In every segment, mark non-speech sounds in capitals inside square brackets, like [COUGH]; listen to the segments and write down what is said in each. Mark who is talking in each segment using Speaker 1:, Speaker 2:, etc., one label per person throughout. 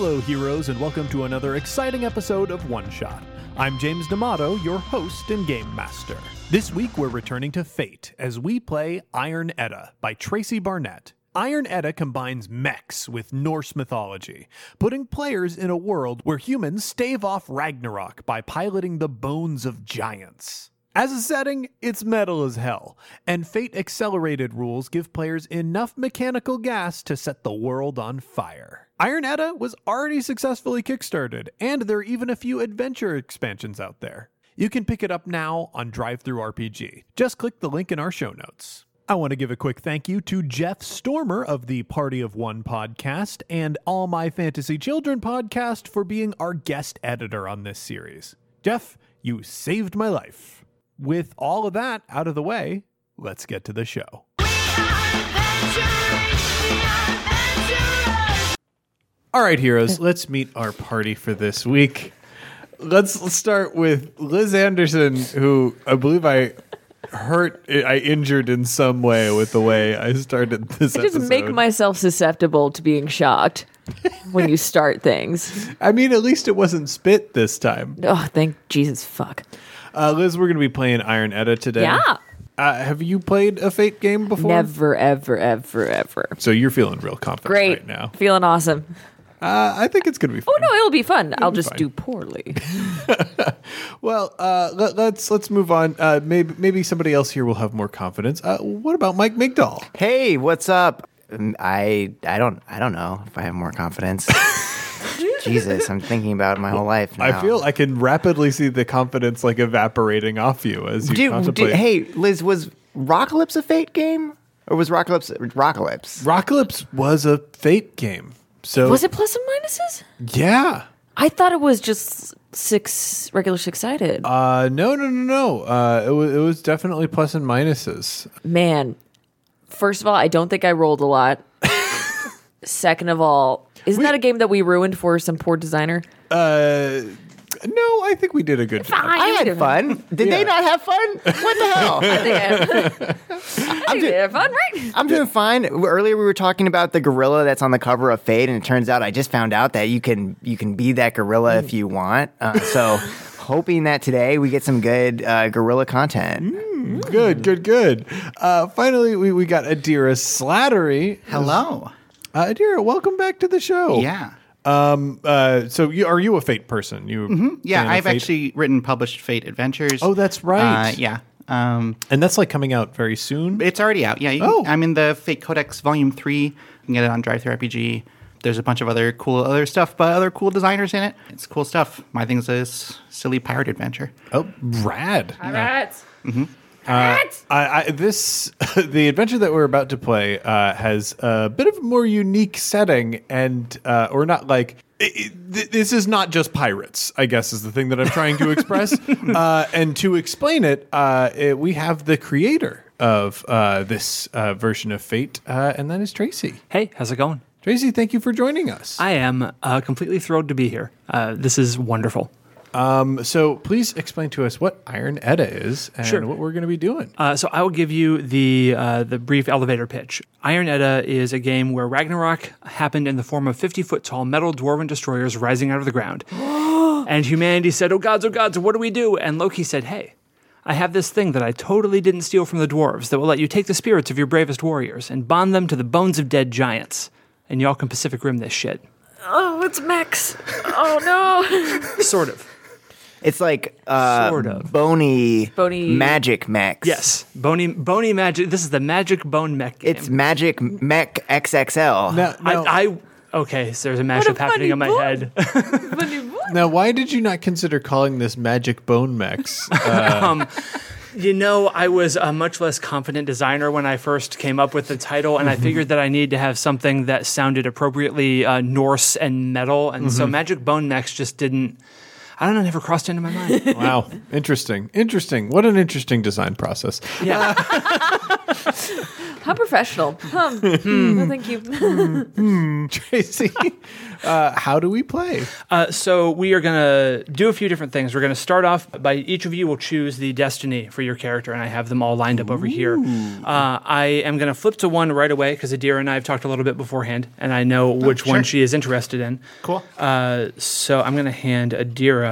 Speaker 1: Studios, and welcome to another exciting episode of One Shot. I'm James D'Amato, your host and game master. This week, we're returning to Fate as we play Iron Edda by Tracy Barnett. Iron Edda combines mechs with Norse mythology, putting players in a world where humans stave off Ragnarok by piloting the bones of giants. As a setting, it's metal as hell, and Fate Accelerated rules give players enough mechanical gas to set the world on fire. Iron Edda was already successfully kickstarted, and there are even a few adventure expansions out there. You can pick it up now on DriveThruRPG. Just click the link in our show notes. I want to give a quick thank you to Jeff Stormer of the Party of One podcast and All My Fantasy Children podcast for being our guest editor on this series. Jeff, you saved my life. With all of that out of the way, let's get to the show.
Speaker 2: All right, heroes, let's meet our party for this week. Let's start with Liz Anderson, who I believe I hurt, I injured in some way with the way I started this
Speaker 3: I just
Speaker 2: episode.
Speaker 3: make myself susceptible to being shocked when you start things. [LAUGHS]
Speaker 2: I mean, at least it wasn't spit this time.
Speaker 3: Oh, thank Jesus, fuck.
Speaker 2: Uh, Liz, we're going to be playing Iron Edda today.
Speaker 3: Yeah.
Speaker 2: Uh, have you played a Fate game before?
Speaker 3: Never, ever, ever, ever.
Speaker 2: So you're feeling real confident
Speaker 3: Great.
Speaker 2: right now.
Speaker 3: Feeling awesome.
Speaker 2: Uh, I think it's going to be fun.
Speaker 3: Oh, no, it'll be fun. I'll just
Speaker 2: fine.
Speaker 3: do poorly.
Speaker 2: Well, uh, let, let's let's move on. Uh, maybe maybe somebody else here will have more confidence. Uh, what about Mike Migdal?
Speaker 4: Hey, what's up? Um, I I don't I don't know if I have more confidence. Jesus, I'm thinking about it my whole life now.
Speaker 2: I feel I can rapidly see the confidence like evaporating off you as you
Speaker 4: Do, do,
Speaker 2: contemplate.
Speaker 4: hey, Liz, was Rockalypse a fate game, or was Rockalypse Rockalypse?
Speaker 2: Rockalypse was a fate game. So
Speaker 3: Was it plus and minuses?
Speaker 2: yeah.
Speaker 3: I thought it was just six regular six sided.
Speaker 2: Uh, no, no, no, no. Uh, it, was, it was definitely plus and minuses.
Speaker 3: Man, first of all, I don't think I rolled a lot. Second of all, isn't that a game that we ruined for some poor designer?
Speaker 2: Uh, no, I think we did a good job.
Speaker 4: I had fun. Did
Speaker 2: Yeah.
Speaker 4: they not have fun? What the hell?
Speaker 3: Yeah. I'm
Speaker 4: ju-
Speaker 3: fun, right?
Speaker 4: I'm doing fine. Earlier we were talking about the gorilla that's on the cover of Fade, and it turns out I just found out that you can you can be that gorilla if you want. Uh, so, [LAUGHS] hoping that today we get some good uh, gorilla content.
Speaker 2: Good, good, good. Uh, finally, we, we got Adira Slattery.
Speaker 5: Hello.
Speaker 2: Uh, Adira, welcome back to the show.
Speaker 5: Yeah.
Speaker 2: Um. Uh. So, you, are you a fate person? You?
Speaker 5: Mm-hmm. Yeah,
Speaker 2: fan of
Speaker 5: I've
Speaker 2: Fate?
Speaker 5: actually written published Fate Adventures.
Speaker 2: Oh, that's right.
Speaker 5: Uh, yeah. Um,
Speaker 2: And that's like coming out very soon.
Speaker 5: it's already out. Yeah. You can-
Speaker 2: Oh.
Speaker 5: I'm in the Fate Codex Volume 3. You can get it on Drive Through RPG. There's a bunch of other cool other stuff, but other cool designers in it. It's cool stuff. My thing's a s- silly pirate adventure.
Speaker 2: Oh, rad!
Speaker 5: Mm-hmm.
Speaker 2: Uh, I, I, this [LAUGHS] the adventure that we're about to play uh, has a bit of a more unique setting, and uh, or not like it, it, th- this is not just pirates. I guess is the thing that I'm trying to
Speaker 5: [LAUGHS]
Speaker 2: express, uh, and to explain it, uh, it, we have the creator of uh, this uh, version of Fate, uh, and that is Tracy.
Speaker 6: Hey, how's it going?
Speaker 2: Tracy, thank you for joining us.
Speaker 6: I am uh, completely thrilled to be here. Uh, this is wonderful.
Speaker 2: so please explain to us what Iron Edda is and
Speaker 6: Sure.
Speaker 2: what we're going to be doing.
Speaker 6: Uh, so I will give you the uh, the brief elevator pitch. Iron Edda is a game where Ragnarok happened in the form of 50 foot tall metal dwarven destroyers rising out of the [GASPS] ground, and humanity said, "Oh gods, oh gods, what do we do?" And Loki said, "Hey." I have this thing that I totally didn't steal from the dwarves that will let you take the spirits of your bravest warriors and bond them to the bones of dead giants. And y'all can Pacific Rim this shit.
Speaker 3: Oh, it's Max. Oh no.
Speaker 6: Sort of.
Speaker 4: It's like uh,
Speaker 6: Sort of.
Speaker 4: bony,
Speaker 3: Bony-
Speaker 4: magic mechs.
Speaker 6: Yes. Bony bony magic. This is the magic bone mech game.
Speaker 4: It's magic mech XXL.
Speaker 2: Now, now,
Speaker 6: I, I okay. So there's a mashup happening
Speaker 3: funny
Speaker 6: in my
Speaker 3: book.
Speaker 6: head. [LAUGHS]
Speaker 2: now, why did you not consider calling this Magic Bone
Speaker 3: [LAUGHS]
Speaker 2: Uh, Mechs?
Speaker 6: you know, I was a much less confident designer when I first came up with the title, and I figured that I need to have something that sounded appropriately uh, Norse and metal, and so Magic Bone Mechs just didn't. I don't know. Never crossed into
Speaker 2: [LAUGHS]
Speaker 6: my mind.
Speaker 2: Wow, interesting, interesting. What an interesting design process.
Speaker 6: Yeah,
Speaker 3: How professional. Hmm. No, thank you.
Speaker 2: [LAUGHS] Tracy, uh, how do we play?
Speaker 6: Uh, so we are going to do a few different things. We're going to start off by each of you will choose the destiny for your character, and I have them all lined up over here. Uh, I am going to flip to one right away because Adira and I have talked a little bit beforehand, and I know which one she is interested in.
Speaker 5: Cool.
Speaker 6: Uh, so I'm going to hand Adira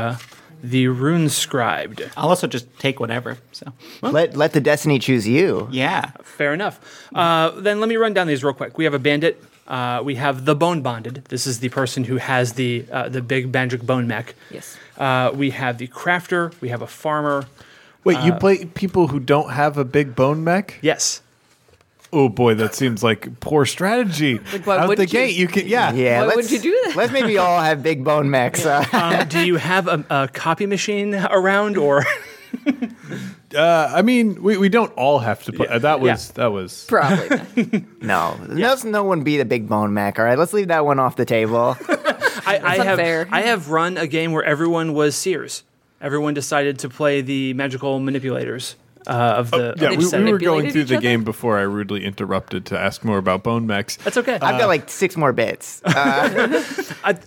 Speaker 6: the rune scribed.
Speaker 5: I'll also just take whatever. So
Speaker 4: Let let the destiny choose you.
Speaker 5: yeah,
Speaker 6: Fair enough. Uh, then let me run down these real quick. We have a bandit. Uh, we have the bone bonded. This is the person who has the uh, the big bandric bone mech.
Speaker 3: Yes.
Speaker 6: Uh, we have the crafter. We have a farmer.
Speaker 2: Wait,
Speaker 3: Uh,
Speaker 2: you play people who don't have a big bone mech?
Speaker 6: Yes.
Speaker 2: Oh boy, that seems like poor strategy.
Speaker 3: [LAUGHS] Like, why
Speaker 2: Out the
Speaker 3: wouldn't you?
Speaker 2: gate, you can yeah.
Speaker 4: Yeah.
Speaker 3: Why would
Speaker 4: let's-
Speaker 3: you do that?
Speaker 4: Let's maybe all have big bone mechs.
Speaker 6: [LAUGHS]
Speaker 4: Uh,
Speaker 6: Um, do you have a, a copy machine around, or
Speaker 2: Uh, I mean, we, we don't all have to play. uh, that was that was.
Speaker 3: Probably. not.
Speaker 4: no, let's no one be the big bone mech. All right, let's leave that one off the
Speaker 6: [LAUGHS]
Speaker 4: table.
Speaker 6: I, I have
Speaker 3: unfair.
Speaker 6: I have run a game where everyone was seers. Everyone decided to play the magical manipulators uh, of the. of
Speaker 2: Oh, Yeah,
Speaker 6: the
Speaker 2: we,
Speaker 6: setting.
Speaker 2: we were
Speaker 3: manipulated
Speaker 2: going through
Speaker 3: each
Speaker 2: the
Speaker 3: other?
Speaker 2: game before I rudely interrupted to ask more about bone mechs.
Speaker 6: That's okay.
Speaker 2: Uh,
Speaker 4: I've got like six more bits.
Speaker 6: [LAUGHS]
Speaker 4: Uh,
Speaker 6: I,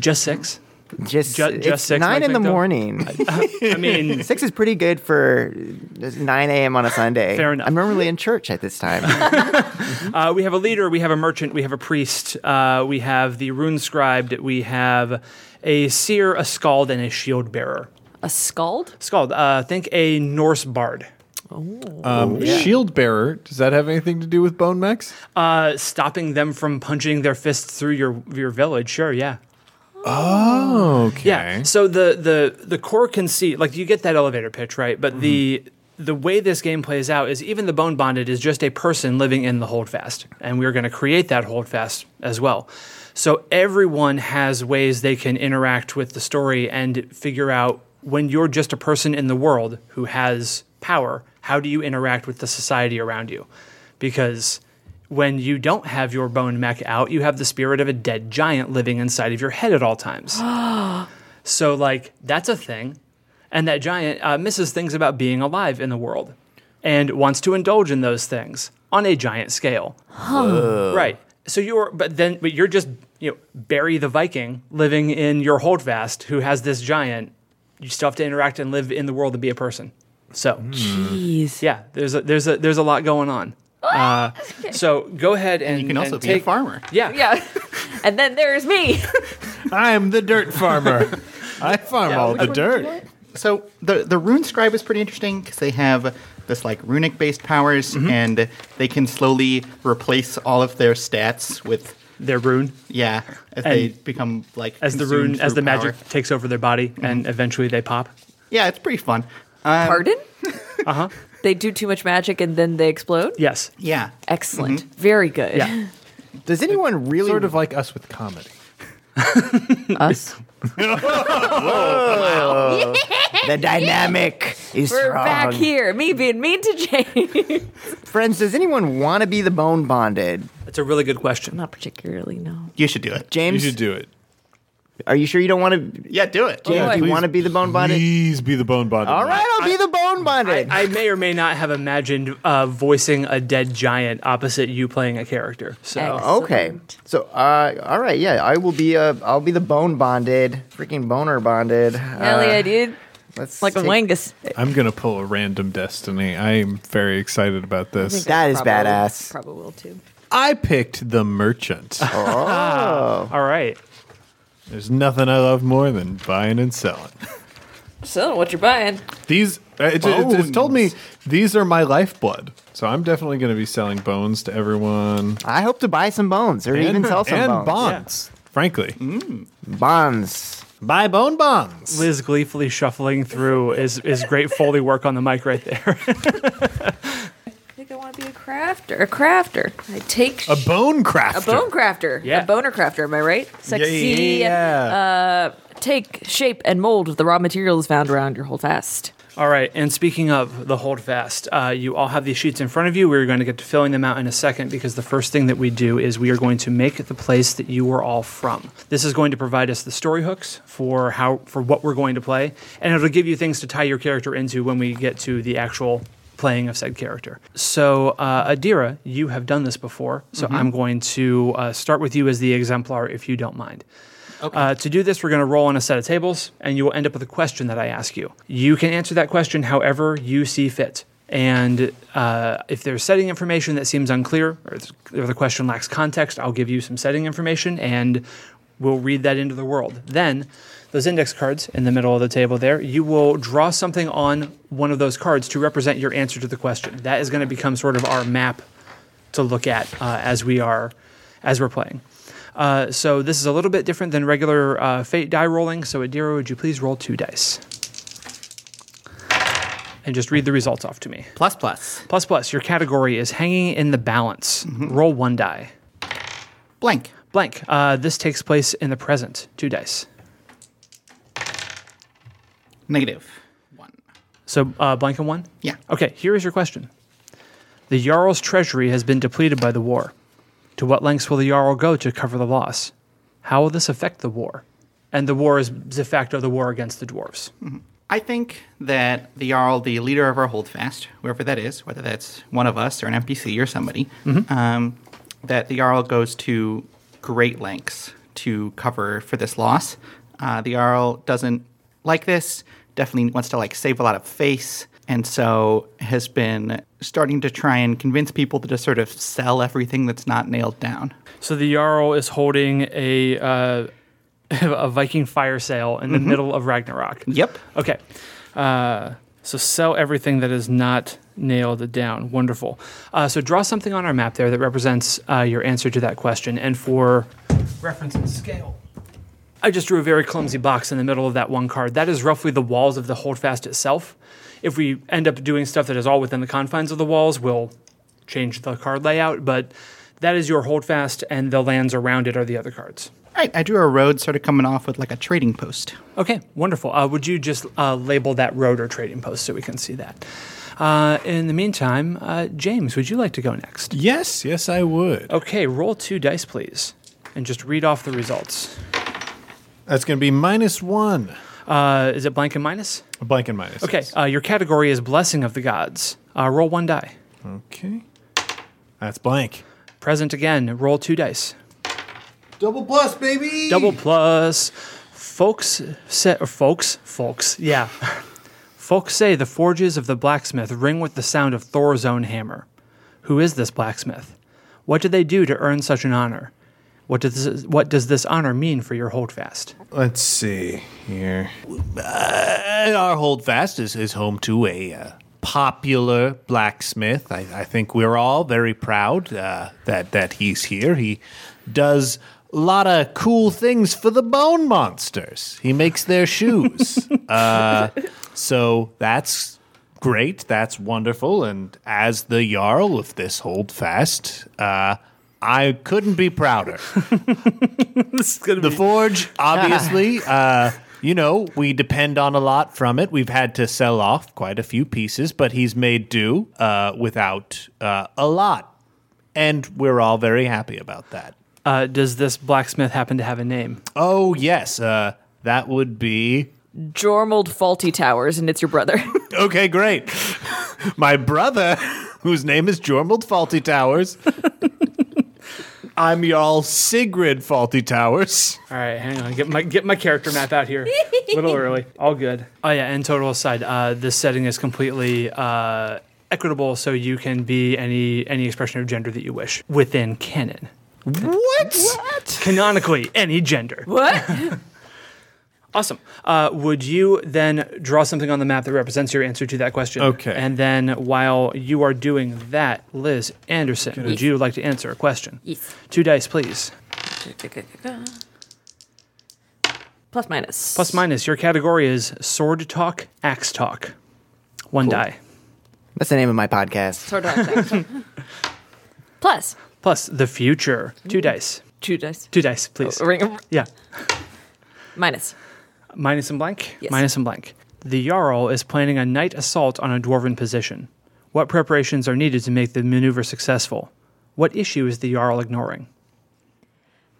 Speaker 6: just six.
Speaker 4: just,
Speaker 6: Ju- just
Speaker 4: it's
Speaker 6: six,
Speaker 4: nine
Speaker 6: Mike
Speaker 4: in the
Speaker 6: McDowell?
Speaker 4: morning.
Speaker 6: I
Speaker 2: [LAUGHS]
Speaker 6: mean,
Speaker 4: six is pretty good for just nine a.m. on a Sunday.
Speaker 6: Fair enough.
Speaker 4: I'm normally in church at this
Speaker 6: [LAUGHS]
Speaker 4: time.
Speaker 6: Uh, we have a leader, we have a merchant, we have a priest, uh, we have the rune scribed, we have a seer, a scald, and a shield bearer.
Speaker 3: A scald?
Speaker 6: Scald, uh, think a Norse bard.
Speaker 2: Um, Shield bearer, does that have anything to do with bone mechs?
Speaker 6: Uh, stopping them from punching their fists through your your village. Sure, yeah.
Speaker 2: Okay.
Speaker 6: Yeah. So the the the core conceit, like you get that elevator pitch, right? But the the way this game plays out is even the bone bonded is just a person living in the holdfast, and we're going to create that holdfast as well. So everyone has ways they can interact with the story and figure out when you're just a person in the world who has power, how do you interact with the society around you? Because when you don't have your bone mech out, you have the spirit of a dead giant living inside of your head at all times. So like that's a thing, and that giant uh, misses things about being alive in the world, and wants to indulge in those things on a giant scale. Right. So you're, but then, but you're just you know Barry the Viking living in your holdfast who has this giant. You still have to interact and live in the world and be a person. So
Speaker 5: Hmm.
Speaker 3: Jeez.
Speaker 6: yeah, there's a there's a there's a lot going on. Uh, so go ahead and,
Speaker 5: you can also
Speaker 6: and
Speaker 5: be
Speaker 6: take
Speaker 5: a farmer.
Speaker 6: Yeah,
Speaker 3: Yeah. and then there's me.
Speaker 2: I'm the dirt farmer. [LAUGHS] I farm all the dirt.
Speaker 5: So the the rune scribe is pretty interesting because they have this like runic based powers, and they can slowly replace all of their stats with
Speaker 6: their rune
Speaker 5: yeah as they
Speaker 6: And-
Speaker 5: become like
Speaker 6: as the
Speaker 5: consumed
Speaker 6: rune as
Speaker 5: through
Speaker 6: the
Speaker 5: power. Hmm.
Speaker 6: magic takes over their body and eventually they pop.
Speaker 5: Yeah, it's pretty fun. Um,
Speaker 3: Pardon?
Speaker 6: Uh huh.
Speaker 3: They do too much magic and then they explode?
Speaker 6: Yes.
Speaker 5: yeah,
Speaker 3: Excellent. Very good.
Speaker 6: Yeah.
Speaker 4: Does anyone really
Speaker 2: Sort of like us with comedy.
Speaker 3: Us.
Speaker 4: the dynamic is
Speaker 3: We're
Speaker 4: strong.
Speaker 3: back here. Me being mean to Jane.
Speaker 4: Friends, does anyone want to be the bone bonded?
Speaker 6: That's a really good question.
Speaker 3: Not particularly, no.
Speaker 5: you should do it.
Speaker 2: You
Speaker 4: James,
Speaker 2: should do it.
Speaker 4: are you sure you don't want to?
Speaker 5: Yeah, do it.
Speaker 4: James, do you
Speaker 2: please.
Speaker 4: want to be the bone bonded?
Speaker 2: Please be the bone bonded.
Speaker 4: All
Speaker 2: one.
Speaker 4: right, I'll be the bone bonded.
Speaker 6: I may or may not have imagined uh, voicing a dead giant opposite you playing a character. So
Speaker 4: Okay.
Speaker 3: Excellent.
Speaker 4: So, uh, all right, yeah, I will be. Uh, I'll be the bone bonded, freaking boner bonded.
Speaker 3: Hell yeah,
Speaker 4: Uh,
Speaker 3: dude.
Speaker 4: Let's
Speaker 3: Like a
Speaker 4: take-
Speaker 3: wangus.
Speaker 2: I'm gonna pull a random destiny. I'm very excited about this.
Speaker 4: That is badass.
Speaker 3: Probably will too.
Speaker 2: I picked the merchant.
Speaker 4: Oh.
Speaker 2: Ah.
Speaker 6: all right.
Speaker 2: There's nothing I love more than buying and selling.
Speaker 3: So, what you're buying?
Speaker 2: These, uh, it, it, it's told me these are my lifeblood. So I'm definitely going to be selling bones to everyone.
Speaker 4: I hope to buy some bones or even sell some
Speaker 2: and
Speaker 4: bones.
Speaker 2: bonds, frankly.
Speaker 4: Bonds.
Speaker 2: Buy bone bonds.
Speaker 6: Liz gleefully shuffling through is is great foley work on the mic right there.
Speaker 3: I think I want to be a crafter. A crafter. I take
Speaker 2: A bone crafter.
Speaker 3: a bone crafter.
Speaker 6: Yeah.
Speaker 3: A boner crafter, am I right?
Speaker 2: Yeah,
Speaker 3: Sexy.
Speaker 2: yeah.
Speaker 3: Take shape and mold of the raw materials found around your hold fast.
Speaker 6: all right. And speaking of the holdfast, uh, you all have these sheets in front of you. We're going to get to filling them out in a second because the first thing that we do is we are going to make the place that you were all from. This is going to provide us the story hooks for how for what we're going to play, and it'll give you things to tie your character into when we get to the actual playing of said character. So, uh, Adira, you have done this before, so I'm going to uh, start with you as the exemplar if you don't mind. Uh, to do this, we're going to roll on a set of tables, and you will end up with a question that I ask you. You can answer that question however you see fit. And uh, if there's setting information that seems unclear, or it's- or the question lacks context, I'll give you some setting information, and we'll read that into the world. Then, those index cards in the middle of the table there, you will draw something on one of those cards to represent your answer to the question. That is going to become sort of our map to look at uh, as we are as we're playing. Uh, so this is a little bit different than regular uh, fate die rolling. So Adira, would you please roll two dice and just read the results off to me?
Speaker 5: Plus plus.
Speaker 6: Plus plus, your category is hanging in the balance. Roll one die.
Speaker 5: Blank.
Speaker 6: Blank. Uh, this takes place in the present. Two dice.
Speaker 5: Negative. One.
Speaker 6: So uh, blank and one.
Speaker 5: Yeah.
Speaker 6: Okay. Here is your question. The jarl's treasury has been depleted by the war. To what lengths will the jarl go to cover the loss? How will this affect the war? And the war is de facto the war against the dwarves.
Speaker 5: I think that the Jarl, the leader of our holdfast, whoever that is, whether that's one of us or an NPC or somebody, um, that the Jarl goes to great lengths to cover for this loss. Uh, the Jarl doesn't like this, definitely wants to like save a lot of face, and so has been starting to try and convince people to just sort of sell everything that's not nailed down.
Speaker 6: So the Jarl is holding a uh, [LAUGHS] a Viking fire sale in the middle of Ragnarok.
Speaker 5: Yep.
Speaker 6: Okay. Uh, so sell everything that is not nailed down. Wonderful. Uh, so draw something on our map there that represents uh, your answer to that question. And for reference and scale, I just drew a very clumsy box in the middle of that one card. That is roughly the walls of the holdfast itself. If we end up doing stuff that is all within the confines of the walls, we'll change the card layout. But that is your holdfast, and the lands around it are the other cards.
Speaker 5: All right, I drew a road sort of coming off with like a trading post.
Speaker 6: Okay, wonderful. Uh, would you just uh, label that road or trading post so we can see that? Uh, in the meantime, uh, James, would you like to go next?
Speaker 2: Yes, yes, I would.
Speaker 6: Okay, roll two dice, please, and just read off the results.
Speaker 2: That's going to be minus one.
Speaker 6: Uh, is it blank and minus?
Speaker 2: Blank and minus.
Speaker 6: Okay, uh, your category is blessing of the gods. Uh, roll one die.
Speaker 2: Okay. That's blank.
Speaker 6: Present again. Roll two dice.
Speaker 2: Double plus, baby.
Speaker 6: Double plus. Folks say, or folks, folks, yeah. [LAUGHS] folks say the forges of the blacksmith ring with the sound of Thor's own hammer. Who is this blacksmith? What do they do to earn such an honor? What does this, what does this honor mean for your holdfast?
Speaker 2: Let's see here. Uh, our holdfast is, is home to a uh, popular blacksmith. I, I think we're all very proud uh, that that he's here. He does a lot of cool things for the bone monsters. He makes their [LAUGHS] shoes. uh, so that's great. That's wonderful. And as the jarl of this holdfast, uh, I couldn't be prouder
Speaker 6: This is gonna
Speaker 2: the
Speaker 6: [LAUGHS]
Speaker 2: forge obviously uh you know we depend on a lot from it we've had to sell off quite a few pieces but he's made do uh without uh a lot and we're all very happy about that
Speaker 6: uh, does this blacksmith happen to have a name?
Speaker 2: oh yes uh that would be
Speaker 3: Jormold Faulty Towers, and it's your brother. [LAUGHS]
Speaker 2: okay great [LAUGHS] my brother [LAUGHS] whose name is jormald faulty towers [LAUGHS] i'm y'all sigrid faulty
Speaker 6: [LAUGHS]
Speaker 2: towers
Speaker 6: All right, hang on. Get my get my character map out here. A little early. All good. Oh yeah. And total aside, uh, this setting is completely uh, equitable, so you can be any any expression of gender that you wish within canon.
Speaker 2: what
Speaker 6: Canonically, any gender.
Speaker 3: what?
Speaker 6: Awesome. Uh, would you then draw something on the map that represents your answer to that question?
Speaker 2: Okay.
Speaker 6: And then while you are doing that, Liz Anderson, would you like to answer a question?
Speaker 3: Yes.
Speaker 6: Two dice, please.
Speaker 3: Plus minus.
Speaker 6: Plus minus. Your category is sword talk, axe talk. One die.
Speaker 4: That's the name of my podcast.
Speaker 3: Sort of. [LAUGHS] Plus
Speaker 6: plus the future. Two dice.
Speaker 3: two dice.
Speaker 6: Two dice, please.
Speaker 7: Oh,
Speaker 3: Ring of-
Speaker 6: Yeah.
Speaker 3: minus.
Speaker 6: Minus and blank?
Speaker 3: Yes.
Speaker 6: Minus and blank. The Jarl is planning a night assault on a dwarven position. What preparations are needed to make the maneuver successful? What issue is the Jarl ignoring?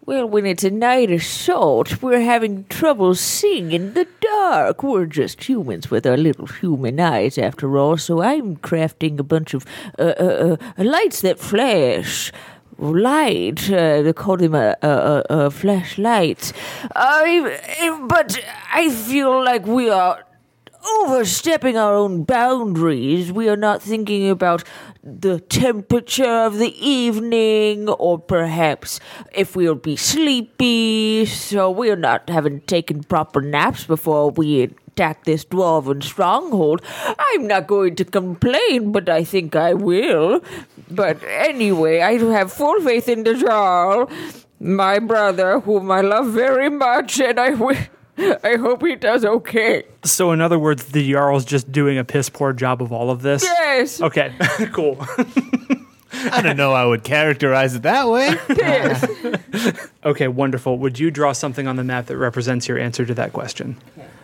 Speaker 3: Well, when it's a night assault, we're having trouble seeing in the dark. We're just humans with our little human eyes, after all, so I'm crafting a bunch of uh, uh, uh, lights that flash. Light, uh, they call them a, a, a, a flashlight. I, I- but I feel like we are overstepping our own boundaries. We are not thinking about the temperature of the evening or perhaps if we'll be sleepy. So we are not having taken proper naps before we attack this dwarven stronghold. I'm not going to complain, but I think I will. But anyway, I have full faith in the Jarl, my brother, whom I love very much, and I wi- [LAUGHS] I hope he does okay.
Speaker 6: So, in other words, the Jarl's just doing a piss poor job of all of this.
Speaker 3: Yes.
Speaker 6: Okay, cool.
Speaker 2: I don't know. I would characterize it that way.
Speaker 3: Yes.
Speaker 6: [LAUGHS] Okay, wonderful. Would you draw something on the map that represents your answer to that question?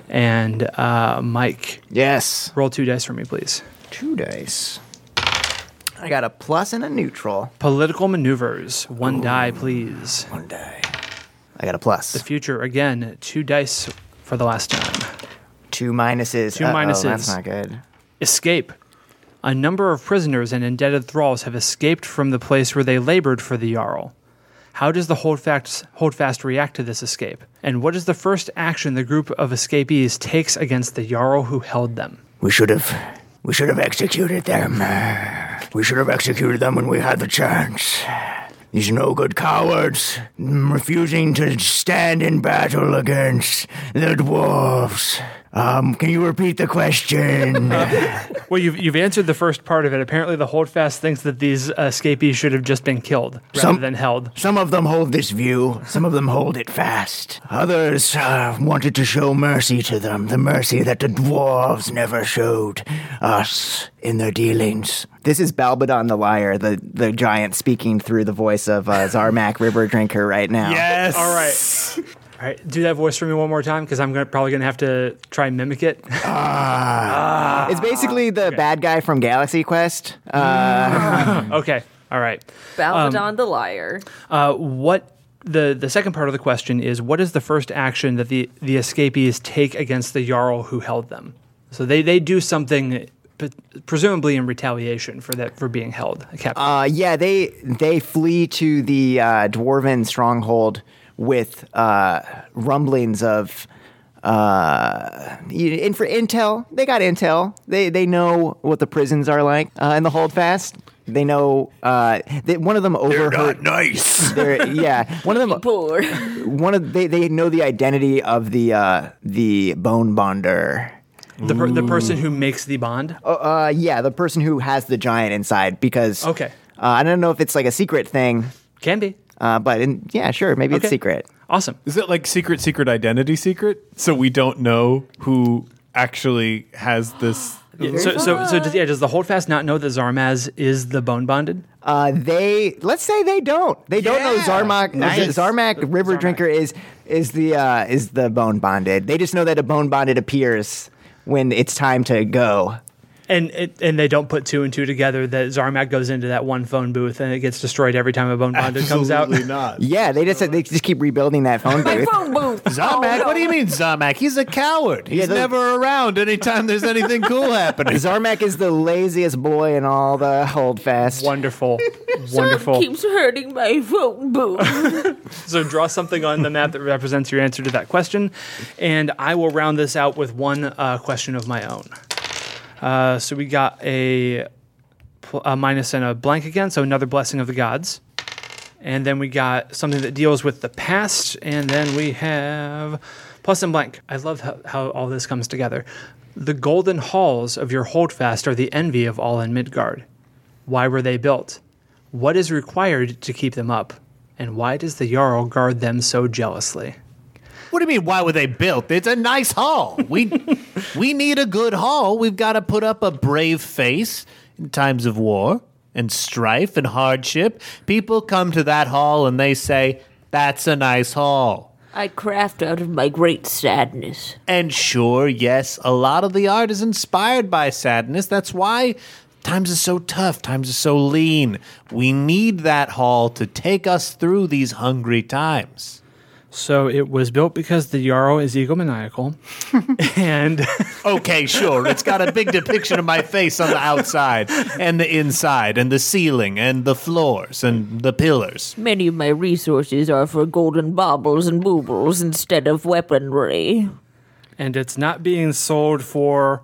Speaker 6: And uh, Mike,
Speaker 4: Yes.
Speaker 6: roll two dice for me, please.
Speaker 4: Two dice. I got a plus and a neutral.
Speaker 6: Political maneuvers. One die, please.
Speaker 4: One die. I got a plus.
Speaker 6: Future again. Two dice for the last time.
Speaker 4: Two minuses.
Speaker 6: Two
Speaker 4: Uh-oh,
Speaker 6: minuses.
Speaker 4: That's not good.
Speaker 6: Escape. A number of prisoners and indebted thralls have escaped from the place where they labored for the Jarl. How does the holdfast, holdfast react to this escape? And what is the first action the group of escapees takes against the Jarl who held them?
Speaker 4: We should have. We should have executed them. We should have executed them when we had the chance. These no good cowards, mm, refusing to stand in battle against the dwarves. Um, can you repeat the question?
Speaker 6: Well, you've, you've answered the first part of it. Apparently, the holdfast thinks that these escapees should have just been killed rather
Speaker 4: Some-
Speaker 6: than held.
Speaker 4: Some of them hold this view, some of them hold it fast. Others uh, wanted to show mercy to them, the mercy that the dwarves never showed us in their dealings. This is Balbadon the Liar, the, the giant speaking through the voice of uh, Zarmak River Drinker right now.
Speaker 2: Yes.
Speaker 6: [LAUGHS] All right. All right, do that voice for me one more time because I'm gonna, probably going to have to try and mimic it.
Speaker 4: It's basically the bad guy from Galaxy Quest. Uh,
Speaker 6: okay, all right.
Speaker 3: Baladon the liar.
Speaker 6: Uh, what the the second part of the question is what is the first action that the the escapees take against the jarl who held them? So they they do something p- presumably in retaliation for that for being held captive.
Speaker 4: Uh, yeah, they they flee to the uh, dwarven stronghold with uh, rumblings of uh, you- in for intel. They got intel. They they know what the prisons are like uh, in the holdfast. They know uh, that one of them overheard.
Speaker 2: nice.
Speaker 4: [LAUGHS] They're, yeah, one of them.
Speaker 3: Poor.
Speaker 4: One of they they know the identity of the uh, the bone bonder.
Speaker 6: the per, the person who makes the bond.
Speaker 4: Uh, yeah, the person who has the giant inside because
Speaker 6: Okay.
Speaker 4: Uh, I don't know if it's like a secret thing.
Speaker 6: Can be.
Speaker 4: Uh, but in, yeah, sure, maybe
Speaker 6: Okay.
Speaker 4: it's secret.
Speaker 6: Awesome.
Speaker 2: Is it like secret, secret identity secret? So we don't know who actually has this.
Speaker 6: So, so, so does, yeah, does the holdfast not know that Zarmaz is the bone bonded?
Speaker 4: Uh, they let's say they don't. They don't know
Speaker 5: Yeah.
Speaker 4: Zarmak.
Speaker 5: Nice.
Speaker 4: Zarmak River Drinker is is the uh, is the bone bonded. They just know that a bone bonded appears when it's time to go.
Speaker 6: And it, and they don't put two and two together that Zarmak goes into that one phone booth and it gets destroyed every time a bone bonded comes out.
Speaker 2: Absolutely not. [LAUGHS]
Speaker 4: Yeah, they just they just keep rebuilding that phone
Speaker 3: My [LAUGHS]
Speaker 4: booth. [LAUGHS]
Speaker 3: phone booth.
Speaker 2: Zomac? What do you mean, Zomac? He's a coward. He's
Speaker 4: Yeah, the-
Speaker 2: never around anytime there's anything
Speaker 6: [LAUGHS]
Speaker 2: cool happening.
Speaker 4: Zarmak is the laziest boy in all the holdfast.
Speaker 6: Wonderful, wonderful.
Speaker 3: keeps hurting my phone booth.
Speaker 6: So draw something on the map that represents your answer to that question, and I will round this out with one uh, question of my own. Uh, so we got a, pl- a minus and a blank again, so another blessing of the gods, and then we got something that deals with the past, and then we have plus and blank. I love how, how all this comes together. The golden halls of your holdfast are the envy of all in Midgard. Why were they built? What is required to keep them up? And why does the Jarl guard them so jealously?
Speaker 2: What do you mean? Why were they built? It's a nice hall. We we need a good hall. We've got to put up a brave face in times of war and strife and hardship. People come to that hall and they say, "That's a nice hall."
Speaker 3: I craft out of my great sadness.
Speaker 2: And sure, yes, a lot of the art is inspired by sadness. That's why Times is so tough. Times is so lean. We need that hall to take us through these hungry times.
Speaker 6: So it was built because the Jarl is [LAUGHS] egomaniacal, and
Speaker 2: Okay, sure. It's got a big depiction of my face on the outside and the inside and the ceiling and the floors and the pillars.
Speaker 3: Many of my resources are for golden baubles and baubles instead of weaponry.
Speaker 6: and it's not being sold for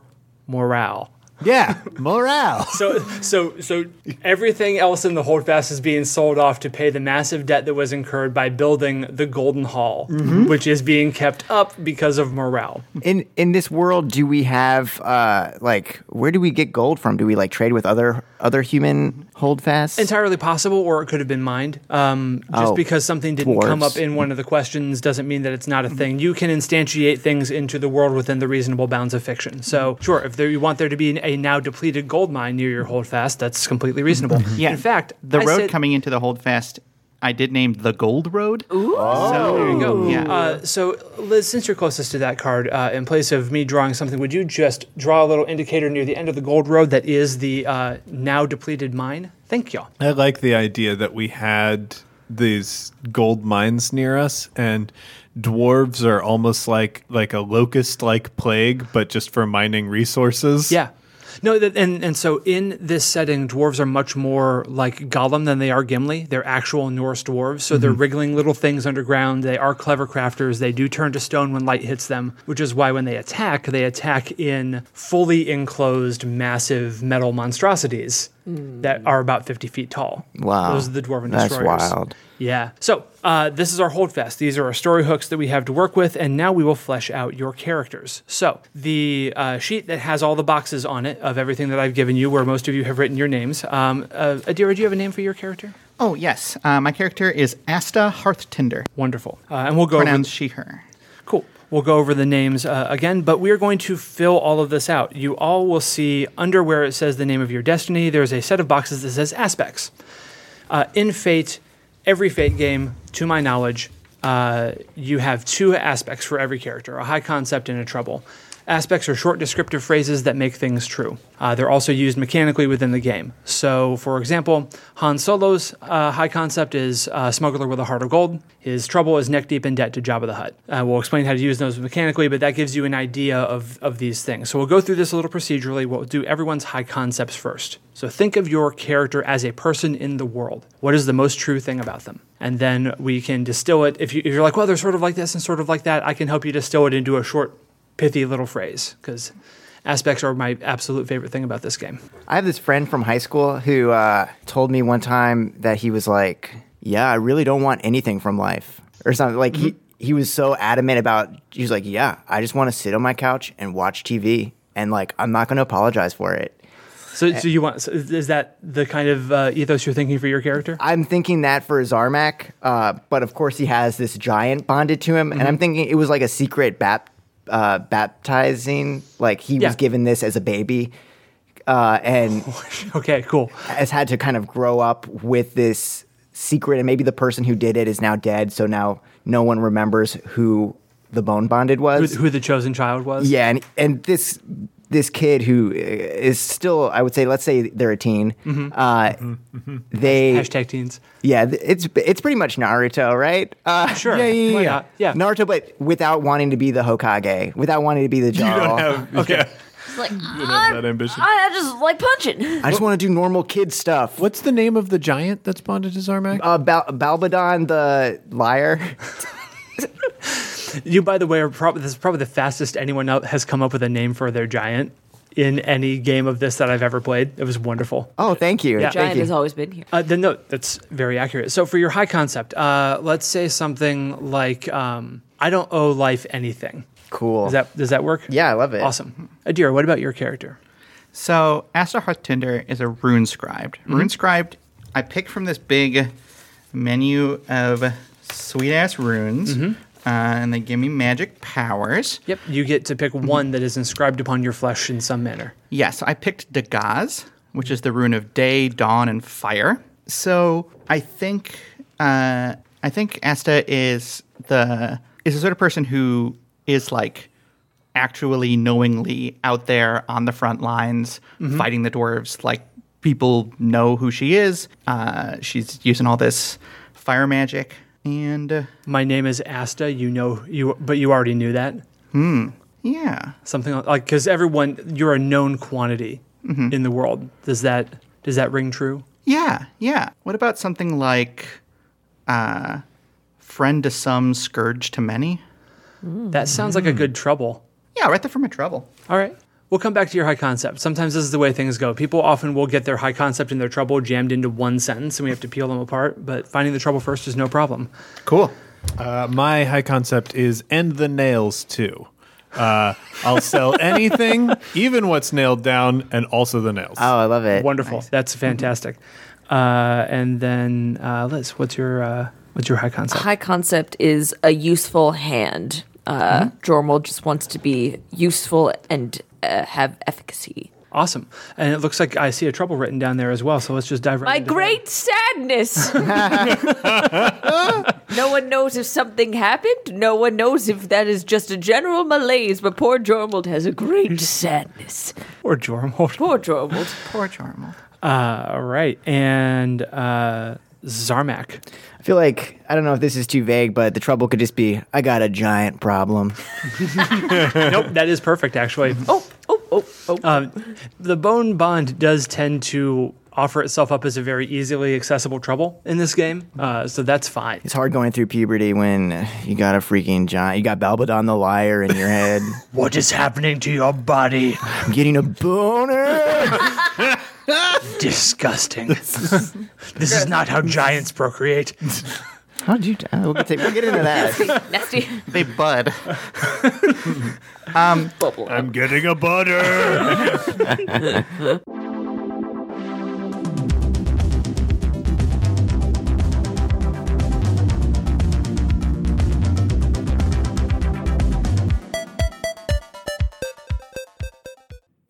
Speaker 6: morale.
Speaker 2: Yeah, morale.
Speaker 6: [LAUGHS] So, so, so everything else in the holdfast is being sold off to pay the massive debt that was incurred by building the Golden Hall,
Speaker 2: Mm-hmm.
Speaker 6: which is being kept up because of morale.
Speaker 4: In in this world, do we have uh like where do we get gold from? Do we like trade with other other human holdfasts?
Speaker 6: Entirely possible, or it could have been mined. Um, just
Speaker 4: Oh,
Speaker 6: because something didn't come
Speaker 4: dwarves.
Speaker 6: up in one of the questions doesn't mean that it's not
Speaker 5: Mm-hmm.
Speaker 6: a thing. You can instantiate things into the world within the reasonable bounds of fiction. So,
Speaker 5: Mm-hmm.
Speaker 6: sure, if there, you want there to be an- a now depleted gold mine near your holdfast, that's completely reasonable.
Speaker 5: Mm-hmm. Yeah.
Speaker 6: In fact,
Speaker 5: the
Speaker 6: I
Speaker 5: road
Speaker 6: said-
Speaker 5: coming into the holdfast, I did name the Gold Road. Ooh. So there you
Speaker 6: go.
Speaker 5: Yeah.
Speaker 6: Uh, so, Liz, since you're closest to that card, uh, in place of me drawing something, would you just draw a little indicator near the end of the gold road that is the uh, now depleted mine? Thank you.
Speaker 2: I like the idea that we had these gold mines near us and dwarves are almost like like a locust like plague but just for mining resources. [LAUGHS]
Speaker 6: Yeah. No, that, and and so in this setting, dwarves are much more like Gollum than they are Gimli. They're actual Norse dwarves, so they're wriggling little things underground. They are clever crafters. They do turn to stone when light hits them, which is why when they attack, they attack in fully enclosed, massive metal monstrosities that are about fifty feet tall.
Speaker 4: Wow.
Speaker 6: those are the dwarven
Speaker 4: That's
Speaker 6: destroyers.
Speaker 4: wild.
Speaker 6: Yeah. So uh, this is our holdfast. These are our story hooks that we have to work with, and now we will flesh out your characters. So the uh, sheet that has all the boxes on it of everything that I've given you, where most of you have written your names. Um, uh, Adira, do you have a name for your character?
Speaker 5: Oh yes, uh, my character is Asta Hearthtender.
Speaker 6: Wonderful. Uh, and we'll go over-
Speaker 5: Pronounced she/her.
Speaker 6: Cool. We'll go over the names uh, again, but we are going to fill all of this out. You all will see under where it says the name of your destiny, there's a set of boxes that says aspects. Uh, in Fate, every Fate game, to my knowledge, uh, you have two aspects for every character a high concept and a trouble. Aspects are short descriptive phrases that make things true. Uh, they're also used mechanically within the game. So, for example, Han Solo's uh, high concept is uh, smuggler with a heart of gold. His trouble is neck deep in debt to Jabba the Hutt. Uh, we'll explain how to use those mechanically, but that gives you an idea of, of these things. So, we'll go through this a little procedurally. We'll do everyone's high concepts first. So, think of your character as a person in the world. What is the most true thing about them? And then we can distill it. If, you, if you're like, well, they're sort of like this and sort of like that, I can help you distill it into a short pithy little phrase because aspects are my absolute favorite thing about this game.
Speaker 4: I have this friend from high school who uh, told me one time that he was like, "Yeah, I really don't want anything from life," or something. Like he he was so adamant about. He was like, "Yeah, I just want to sit on my couch and watch TV, and like I'm not going to apologize for it."
Speaker 6: So, so you want so is that the kind of uh, ethos you're thinking for your character?
Speaker 4: I'm thinking that for Zarmak, uh, but of course he has this giant bonded to him, and I'm thinking it was like a secret bap- uh, baptizing. Like he
Speaker 6: Yeah.
Speaker 4: was given this as a baby, uh, and
Speaker 6: Okay, cool.
Speaker 4: has had to kind of grow up with this secret, and maybe the person who did it is now dead, so now no one remembers who the bone bonded
Speaker 6: Who,
Speaker 4: was.
Speaker 6: who the chosen child was?
Speaker 4: yeah, and and this this kid who uh, is still, I would say, let's say they're a teen. Uh, They
Speaker 6: Mm-hmm. Hashtag teens.
Speaker 4: yeah, th- it's it's pretty much Naruto, right? Uh,
Speaker 6: Sure.
Speaker 4: yeah, yeah,
Speaker 6: Why
Speaker 4: yeah.
Speaker 6: not? Yeah.
Speaker 4: Naruto, but without wanting to be the Hokage, without wanting to be the Jarl.
Speaker 8: Oh.
Speaker 2: okay.
Speaker 3: It's like,
Speaker 2: have
Speaker 3: I,
Speaker 2: that ambition.
Speaker 3: I just like punching.
Speaker 4: I just want to do normal kid stuff.
Speaker 2: What's the name of the giant that's bonded to Zarmak?
Speaker 4: Uh, Bal- Balbadon the
Speaker 6: [LAUGHS]
Speaker 4: liar.
Speaker 6: You, by the way, are probably this is probably the fastest anyone out has come up with a name for their giant in any game of this that I've ever played. It was wonderful.
Speaker 4: Oh, thank you.
Speaker 6: Yeah.
Speaker 4: Thank
Speaker 3: Giant
Speaker 4: you.
Speaker 3: has always been here.
Speaker 6: Uh, then no, that's very accurate. So for your high concept, uh, let's say something like, um, "I don't owe life anything."
Speaker 4: Cool.
Speaker 6: Does that does that work?
Speaker 4: Yeah, I love it.
Speaker 6: Awesome. Adira, what about your character?
Speaker 5: So Asta Hearthtender is a rune scribed. Rune scribed. I picked from this big menu of sweet ass runes, uh, and they give me magic powers.
Speaker 6: Yep. You get to pick one that is inscribed upon your flesh in some manner.
Speaker 5: Yeah, so I picked Dagaz, which is the rune of day, dawn, and fire. So I think uh, I think Asta is the is the sort of person who is like actually knowingly out there on the front lines fighting the dwarves. Like people know who she is. Uh, she's using all this fire magic, and uh,
Speaker 6: My name is Asta. You know you, but you already knew that.
Speaker 5: yeah,
Speaker 6: Something like because everyone, you're a known quantity in the world. Does that does that ring true?
Speaker 5: yeah, yeah. What about something like uh, friend to some, scourge to many?
Speaker 6: That sounds like a good trouble.
Speaker 5: Yeah, right there from a trouble.
Speaker 6: All right. We'll come back to your high concept. Sometimes this is the way things go. People often will get their high concept and their trouble jammed into one sentence, and we have to peel them apart. But finding the trouble first is no problem.
Speaker 8: Cool. Uh, my high concept is end the nails too. Uh, I'll sell
Speaker 2: [LAUGHS]
Speaker 8: anything, even what's nailed down, and also the nails.
Speaker 4: Oh, I love it.
Speaker 6: Wonderful. That's fantastic. Uh, and then uh, Liz, what's your uh, what's your high concept?
Speaker 3: High concept is a useful hand. Uh,
Speaker 7: Hmm?
Speaker 3: Jormal just wants to be useful and uh, have efficacy.
Speaker 6: Awesome. And it looks like I see a trouble written down there as well. So let's just dive right.
Speaker 3: My
Speaker 6: into that.
Speaker 3: great
Speaker 7: [LAUGHS]
Speaker 3: sadness. no one knows if something happened. No one knows if that is just a general malaise. But poor Jormald has a
Speaker 7: [LAUGHS]
Speaker 3: great sadness.
Speaker 6: or Jormold.
Speaker 3: Poor Jormald.
Speaker 5: Poor Jarmal.
Speaker 6: Uh, all right. And uh, Zarmak.
Speaker 4: I feel like I don't know if this is too vague, but the trouble could just be I got a giant problem.
Speaker 6: nope, that is perfect [LAUGHS] actually.
Speaker 3: Oh, oh, oh, oh.
Speaker 6: Um, the bone bond does tend to offer itself up as a very easily accessible trouble in this game, uh, so that's fine.
Speaker 4: It's hard going through puberty when you got a freaking giant. You got Balbadon the liar in your head.
Speaker 6: [LAUGHS] What is happening to your body?
Speaker 4: I'm getting a boner.
Speaker 6: [LAUGHS] Disgusting. [LAUGHS] this is not how giants procreate.
Speaker 4: How would you? Uh, we'll, get to- we'll get into that.
Speaker 3: Nasty
Speaker 5: [LAUGHS] They bud.
Speaker 3: bubble.
Speaker 8: I'm getting a butter.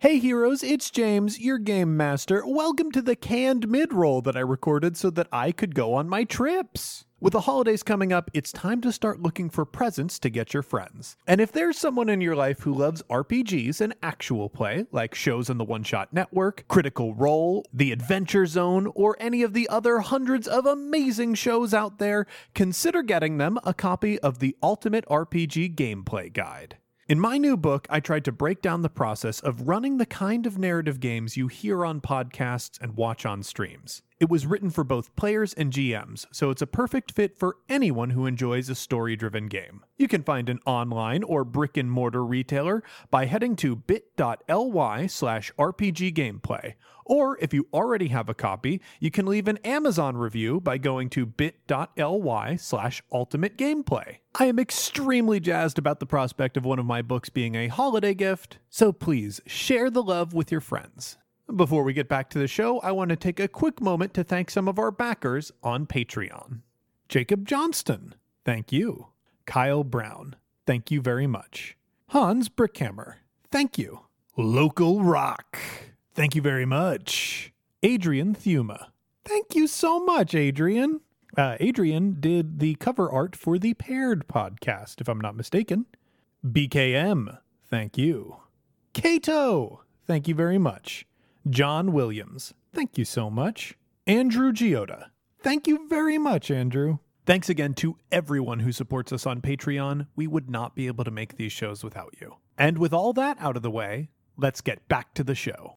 Speaker 2: Hey heroes, it's James, your game master. Welcome to the canned mid roll that I recorded so that I could go on my trips. With the holidays coming up, it's time to start looking for presents to get your friends. And if there's someone in your life who loves RPGs and actual play, like shows on the One Shot Network, Critical Role, The Adventure Zone, or any of the other hundreds of amazing shows out there, consider getting them a copy of the Ultimate RPG Gameplay Guide. In my new book, I tried to break down the process of running the kind of narrative games you hear on podcasts and watch on streams. It was written for both players and GMs, so it's a perfect fit for anyone who enjoys a story driven game. You can find an online or brick and mortar retailer by heading to bit.ly slash RPG gameplay. Or if you already have a copy, you can leave an Amazon review by going to bit.ly slash ultimate gameplay. I am extremely jazzed about the prospect of one of my books being a holiday gift, so please share the love with your friends. Before we get back to the show, I want to take a quick moment to thank some of our backers on Patreon. Jacob Johnston, thank you. Kyle Brown, thank you very much. Hans Brickhammer, thank you. Local Rock, thank you very much. Adrian Thuma, thank you so much, Adrian. Uh, Adrian did the cover art for the Paired podcast, if I'm not mistaken. BKM, thank you. Cato, thank you very much. John Williams, thank you so much. Andrew Giota, thank you very much, Andrew. Thanks again to everyone who supports us on Patreon. We would not be able to make these shows without you. And with all that out of the way, let's get back to the show.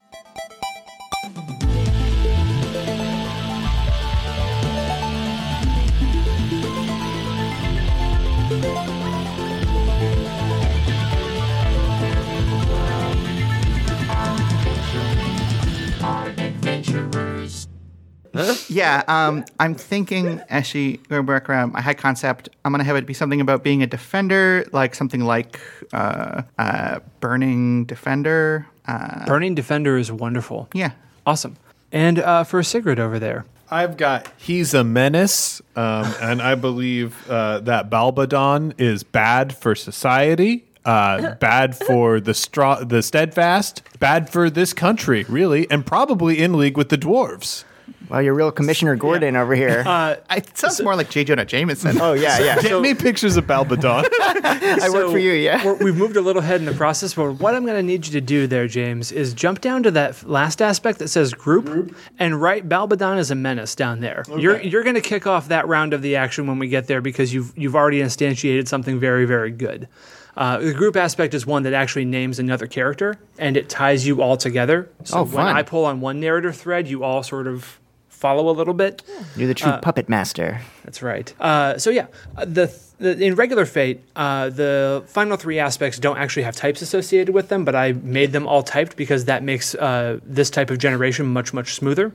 Speaker 5: Yeah, um, I'm thinking as she going back around my high concept, I'm gonna have it be something about being a defender, like something like uh, uh, burning defender. Uh,
Speaker 6: Burning Defender is wonderful.
Speaker 5: yeah,
Speaker 6: Awesome. And uh, for Sigrid over there,
Speaker 8: I've got he's a menace, um, [LAUGHS] and I believe uh, that Balbadon is bad for society, uh, bad for the straw, the steadfast, bad for this country, really, and probably in league with the dwarves.
Speaker 4: Wow, you're real Commissioner Gordon over
Speaker 6: [LAUGHS]
Speaker 4: here.
Speaker 5: It sounds more like J. Jonah Jameson.
Speaker 4: oh yeah,
Speaker 5: [LAUGHS]
Speaker 4: yeah.
Speaker 2: Get me pictures of Balbadon.
Speaker 4: I work for you. Yeah.
Speaker 6: we're- we've moved a little ahead in the process, but what I'm going to need you to do there, James, is jump down to that f- last aspect that says group, and write Balbadon as a menace down there. You're you're going to kick off that round of the action when we get there because you've you've already instantiated something very very good. Uh, the group aspect is one that actually names another character and it ties you all together. So
Speaker 4: Oh,
Speaker 6: when
Speaker 4: fun.
Speaker 6: I pull on one narrative thread, you all sort of follow a little bit.
Speaker 4: You're the true
Speaker 5: Uh,
Speaker 4: puppet master.
Speaker 6: That's right. Uh, so yeah, uh, the, the in regular Fate, uh, the final three aspects don't actually have types associated with them, but I made them all typed because that makes uh, this type of generation much much smoother.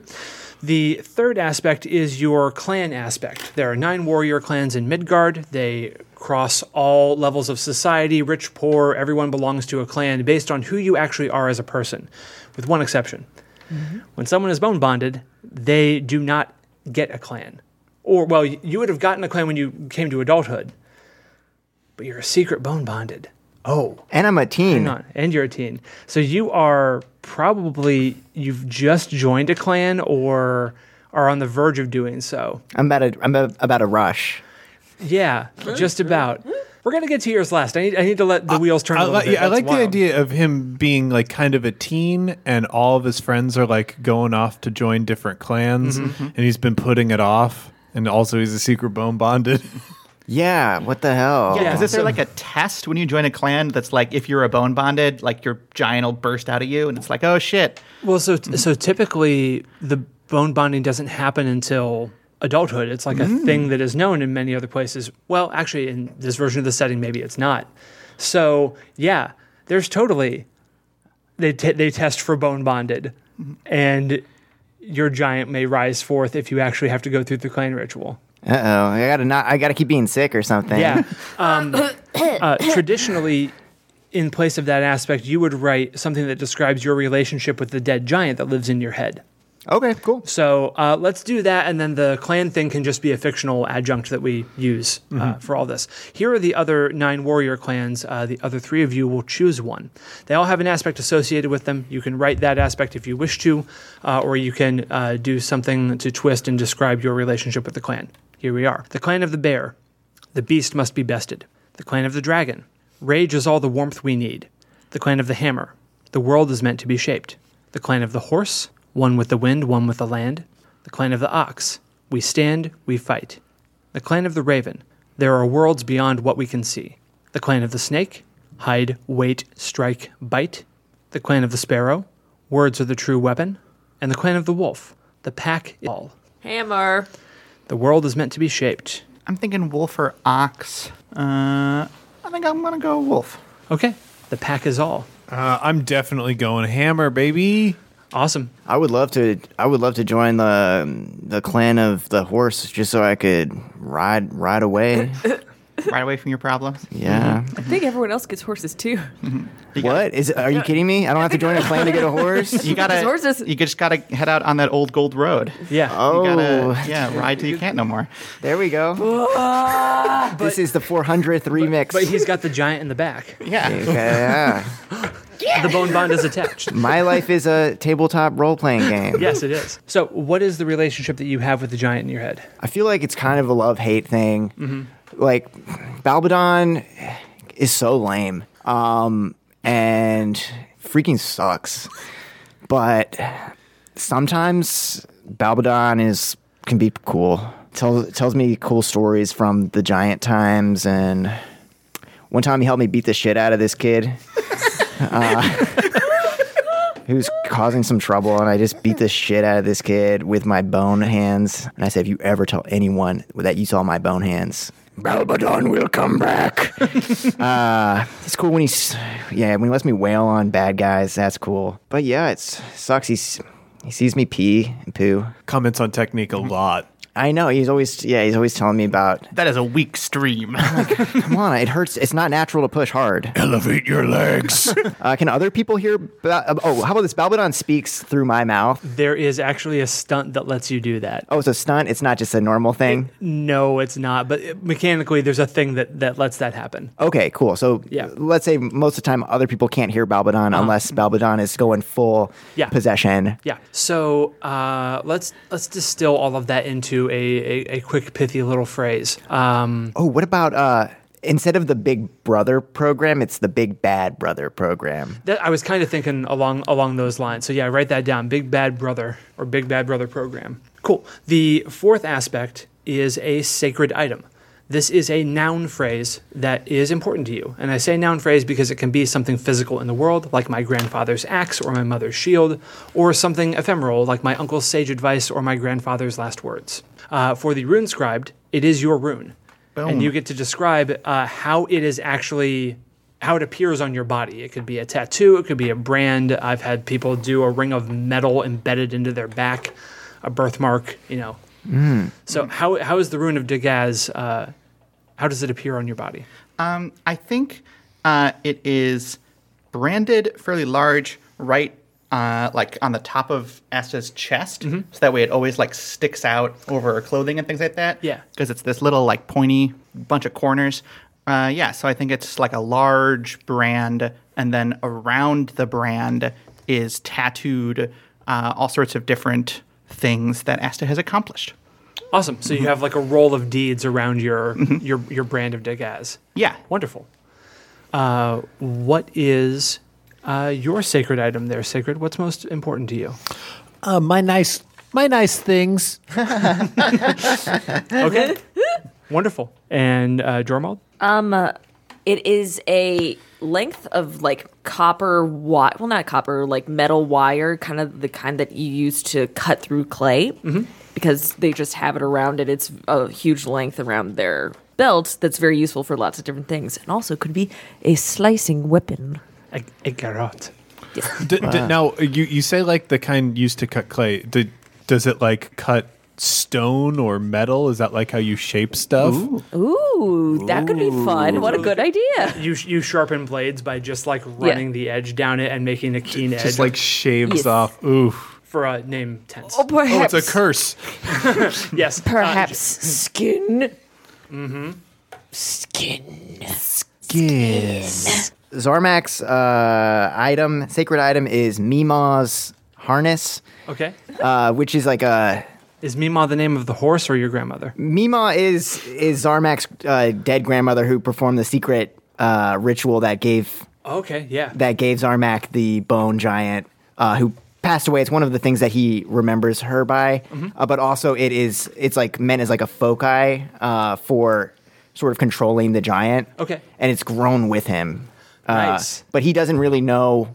Speaker 6: The third aspect is your clan aspect. There are nine warrior clans in Midgard. They cross all levels of society, rich, poor. Everyone belongs to a clan based on who you actually are as a person, with one exception when someone is bone bonded, they do not get a clan. Or, well, y- you would have gotten a clan when you came to adulthood, but you're a secret bone bonded. Oh,
Speaker 4: And I'm a teen.
Speaker 6: hang on. And you're a teen. So you are probably, you've just joined a clan or are on the verge of doing so.
Speaker 4: I'm about a, I'm a, about a rush.
Speaker 6: Yeah, just about. We're going to get to yours last. I need, I need to let the wheels turn
Speaker 2: [LAUGHS]
Speaker 6: a
Speaker 2: I,
Speaker 6: little
Speaker 2: li-
Speaker 6: bit.
Speaker 2: yeah, I
Speaker 6: That's
Speaker 2: like the
Speaker 6: wild.
Speaker 2: idea of him being like kind of a teen, and all of his friends are like going off to join different clans, and he's been putting it off. And also, he's a secret bone [LAUGHS] bonded.
Speaker 4: Yeah. What the hell?
Speaker 6: Yeah.
Speaker 5: Because is there like a test when you join a clan that's like if you're a bone bonded, like your giant will burst out of you, and it's like, oh shit,
Speaker 6: Well, so so typically the bone bonding doesn't happen until adulthood. It's like a thing that is known in many other places. Well, actually, in this version of the setting, maybe it's not. So yeah, there's totally they t- they test for bone bonded, and your giant may rise forth if you actually have to go through the clan ritual.
Speaker 4: Uh oh. I gotta not. I gotta keep being sick or something. [LAUGHS]
Speaker 6: Yeah. Um, uh, traditionally, in place of that aspect, you would write something that describes your relationship with the dead giant that lives in your head.
Speaker 4: Okay. Cool.
Speaker 6: So uh, let's do that, and then the clan thing can just be a fictional adjunct that we use uh, for all this. Here are the other nine warrior clans. Uh, the other three of you will choose one. They all have an aspect associated with them. You can write that aspect if you wish to, uh, or you can uh, do something to twist and describe your relationship with the clan. Here we are. The clan of the bear. The beast must be bested. The clan of the dragon. Rage is all the warmth we need. The clan of the hammer. The world is meant to be shaped. The clan of the horse. One with the wind, one with the land. The clan of the ox. We stand, we fight. The clan of the raven. There are worlds beyond what we can see. The clan of the snake. Hide, wait, strike, bite. The clan of the sparrow. Words are the true weapon. And the clan of the wolf. The pack is all.
Speaker 7: Hammer.
Speaker 6: The world is meant to be shaped.
Speaker 5: I'm thinking wolf or ox. Uh, I think I'm gonna go [LAUGHS] wolf.
Speaker 6: Okay, the pack is all.
Speaker 2: uh, I'm definitely going hammer, baby.
Speaker 6: Awesome.
Speaker 4: I would love to. I would love to join the um, the clan of the horse just so I could ride ride away.
Speaker 5: Right away from your problems.
Speaker 4: Yeah.
Speaker 9: I think everyone else gets horses too.
Speaker 4: What is? Are you kidding me? I don't have to join a clan to get a horse.
Speaker 5: [LAUGHS] You gotta,
Speaker 9: horses.
Speaker 5: you just gotta head out on that old gold road.
Speaker 6: Yeah.
Speaker 5: You
Speaker 4: Oh,
Speaker 5: gotta, yeah, ride [LAUGHS] till you can't no more.
Speaker 4: there we go.
Speaker 6: Ah,
Speaker 4: this is the 400th remix.
Speaker 6: But he's got the giant in the back. [LAUGHS]
Speaker 5: Yeah.
Speaker 4: Okay, yeah.
Speaker 6: The bone bond is attached.
Speaker 4: My life is a tabletop role playing game.
Speaker 6: Yes, it is. So, what is the relationship that you have with the giant in your head?
Speaker 4: I feel like it's kind of a love hate thing. Like, Balbadon is so lame um, and freaking sucks. But sometimes Balbadon is can be cool. Tells tells me cool stories from the giant times, and one time he helped me beat the shit out of this kid. He was causing some trouble, and I just beat the shit out of this kid with my bone hands. And I said, if you ever tell anyone that you saw my bone hands, Balbadon will come back. [LAUGHS] uh, it's cool when he's, yeah, when he lets me wail on bad guys. That's cool. But yeah, it sucks. He's, he sees me pee and poo.
Speaker 2: Comments on technique a lot.
Speaker 4: I know he's always yeah he's always telling me about.
Speaker 5: That is a weak stream.
Speaker 4: Come on, it hurts. It's not natural to push hard.
Speaker 2: Elevate your legs.
Speaker 4: Uh, can other people hear? Ba- oh, how about this? Balbadon speaks through my mouth.
Speaker 6: There is actually a stunt that lets you do that.
Speaker 4: Oh, it's a stunt. It's not just a normal thing.
Speaker 6: No, it's not. But it- mechanically, there's a thing that, that lets that happen.
Speaker 4: Okay, cool. So
Speaker 6: Yeah. Uh-huh.
Speaker 4: let's say most of the time other people can't hear Balbadon unless Balbadon is going full
Speaker 6: Yeah.
Speaker 4: possession.
Speaker 6: Yeah. So uh, let's let's distill all of that into a, a, a quick pithy little phrase. Um,
Speaker 4: Oh, what about uh instead of the Big Brother program, it's the Big Bad Brother program.
Speaker 6: that I was kind of thinking along along those lines. So yeah, write that down. Big Bad Brother or Big Bad Brother program. Cool. The fourth aspect is a sacred item. This is a noun phrase that is important to you. And I say noun phrase because it can be something physical in the world, like my grandfather's axe or my mother's shield, or something ephemeral, like my uncle's sage advice or my grandfather's last words. Uh, for the rune scribed, it is your rune. And you get to describe uh, how it is actually how it appears on your body. It could be a tattoo, it could be a brand. I've had people do a ring of metal embedded into their back, a birthmark, you know. So how how is the rune of Dagaz, uh how does it appear on your body?
Speaker 5: um, I think uh, it is branded fairly large, right, uh, like on the top of Asta's chest,
Speaker 2: Mm-hmm.
Speaker 5: so that way it always like sticks out over her clothing and things like that.
Speaker 6: Yeah.
Speaker 5: because it's this little like pointy bunch of corners. Uh, yeah, so I think it's like a large brand, and then around the brand is tattooed uh, all sorts of different things that Asta has accomplished.
Speaker 6: Awesome. So you have like a roll of deeds around your your your brand of Dagaz.
Speaker 5: Yeah.
Speaker 6: Wonderful. Uh, what is uh, your sacred item there, sacred? What's most important to you?
Speaker 2: Uh, my nice, my nice things.
Speaker 6: [LAUGHS] Okay. Wonderful. And uh, Jormald?
Speaker 7: [LAUGHS] It is a length of like copper wire, well, not copper, like metal wire, kind of the kind that you use to cut through clay
Speaker 6: Mm-hmm.
Speaker 7: because they just have it around it. It's a huge length around their belt that's very useful for lots of different things and also could be a slicing weapon.
Speaker 6: A, a garrote.
Speaker 2: [LAUGHS] D- d- now you you say like the kind used to cut clay. D- does it like cut stone or metal? Is that like how you shape stuff?
Speaker 7: Ooh, that could be fun. What a good idea.
Speaker 6: You you sharpen blades by just like running the edge down it and making a keen edge
Speaker 2: Just like shaves
Speaker 7: Yes.
Speaker 2: off. Oof.
Speaker 6: for a name tense.
Speaker 7: Or
Speaker 2: Oh,
Speaker 7: perhaps,
Speaker 2: it's a curse.
Speaker 6: yes. uh,
Speaker 7: perhaps skin. Mm-hmm. Skin.
Speaker 4: Zormak's uh item, sacred item is Mima's harness,
Speaker 6: okay.
Speaker 4: uh, which is like a
Speaker 6: Is Mima the name of the horse or your grandmother?
Speaker 4: Mima is is Zarmak's uh, dead grandmother who performed the secret uh, ritual that gave
Speaker 6: Okay. Yeah.
Speaker 4: that gave Zarmak the bone giant uh, who passed away. It's one of the things that he remembers her by,
Speaker 6: Mm-hmm.
Speaker 4: uh, but also it is it's like meant as like a foci uh, for sort of controlling the giant.
Speaker 6: Okay.
Speaker 4: and it's grown with him. Uh,
Speaker 6: Nice.
Speaker 4: but he doesn't really know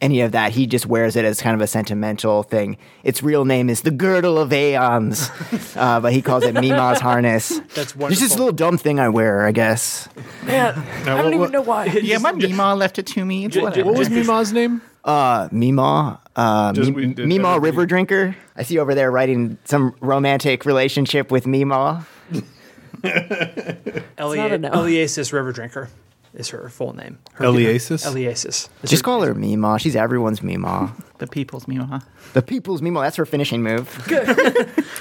Speaker 4: any of that. He just wears it as kind of a sentimental thing. Its real name is the Girdle of
Speaker 6: [LAUGHS]
Speaker 4: Aeons, uh, but he calls it Mima's harness.
Speaker 6: That's
Speaker 4: It's just
Speaker 6: wonderful.
Speaker 4: a little dumb thing I wear, I guess.
Speaker 7: I don't even know why.
Speaker 5: Yeah,
Speaker 2: [LAUGHS]
Speaker 5: my Mima left it to me. It's whatever.
Speaker 2: What was Mima's name?
Speaker 4: Uh, Mima, uh,
Speaker 2: Just
Speaker 4: Mi-
Speaker 2: we did
Speaker 4: Mima
Speaker 2: everything.
Speaker 4: River Drinker. I see you over there writing some romantic relationship with Mima.
Speaker 6: Elia-
Speaker 7: no.
Speaker 6: Eliasis River Drinker is her full name. Her
Speaker 2: Eliasis?
Speaker 6: Eliasis. Is
Speaker 4: Just call her Mima. She's everyone's
Speaker 6: [LAUGHS]
Speaker 4: Mima.
Speaker 5: The people's Mima.
Speaker 4: The people's Mima. That's her finishing
Speaker 6: [LAUGHS]
Speaker 4: move. [LAUGHS]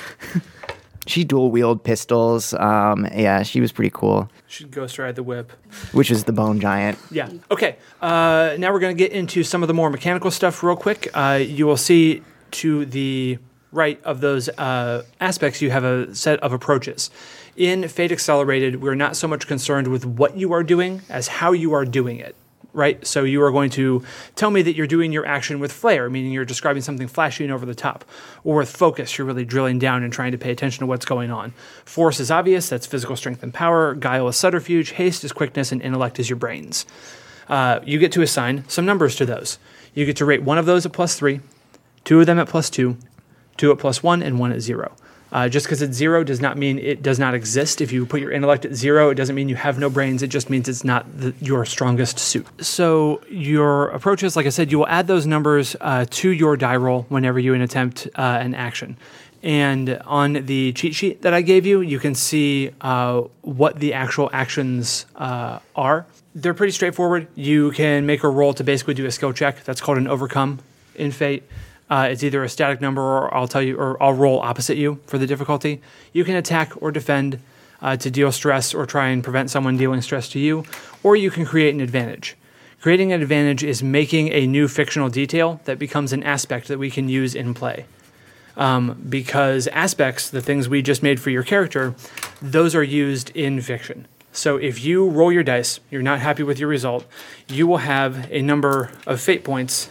Speaker 4: she dual wield pistols. Um, yeah, she was pretty cool.
Speaker 6: Should ghost ride the whip.
Speaker 4: Which is the Bone Giant.
Speaker 6: Yeah. Okay. Uh, now we're going to get into some of the more mechanical stuff real quick. Uh, you will see to the right of those uh, aspects, you have a set of approaches. In Fate Accelerated, we're not so much concerned with what you are doing as how you are doing it. Right, so you are going to tell me that you're doing your action with flair, meaning you're describing something flashy and over the top, or with focus, you're really drilling down and trying to pay attention to what's going on. Force is obvious, that's physical strength and power. Guile is subterfuge, haste is quickness, and intellect is your brains uh, you get to assign some numbers to those. You get to rate one of those at plus three, two of them at plus two, two at plus one, and one at zero. Uh, just because it's zero does not mean it does not exist. If you put your intellect at zero, it doesn't mean you have no brains. It just means it's not the, your strongest suit. So your approaches, like I said, you will add those numbers uh, to your die roll whenever you attempt uh, an action. And on the cheat sheet that I gave you, you can see uh, what the actual actions uh, are. They're pretty straightforward. You can make a roll to basically do a skill check. That's called an overcome in Fate. Uh, it's either a static number or I'll tell you, or I'll roll opposite you for the difficulty. You can attack or defend uh, to deal stress or try and prevent someone dealing stress to you, or you can create an advantage. Creating an advantage is making a new fictional detail that becomes an aspect that we can use in play because aspects, the things we just made for your character, those are used in fiction. So if you roll your dice, you're not happy with your result, you will have a number of fate points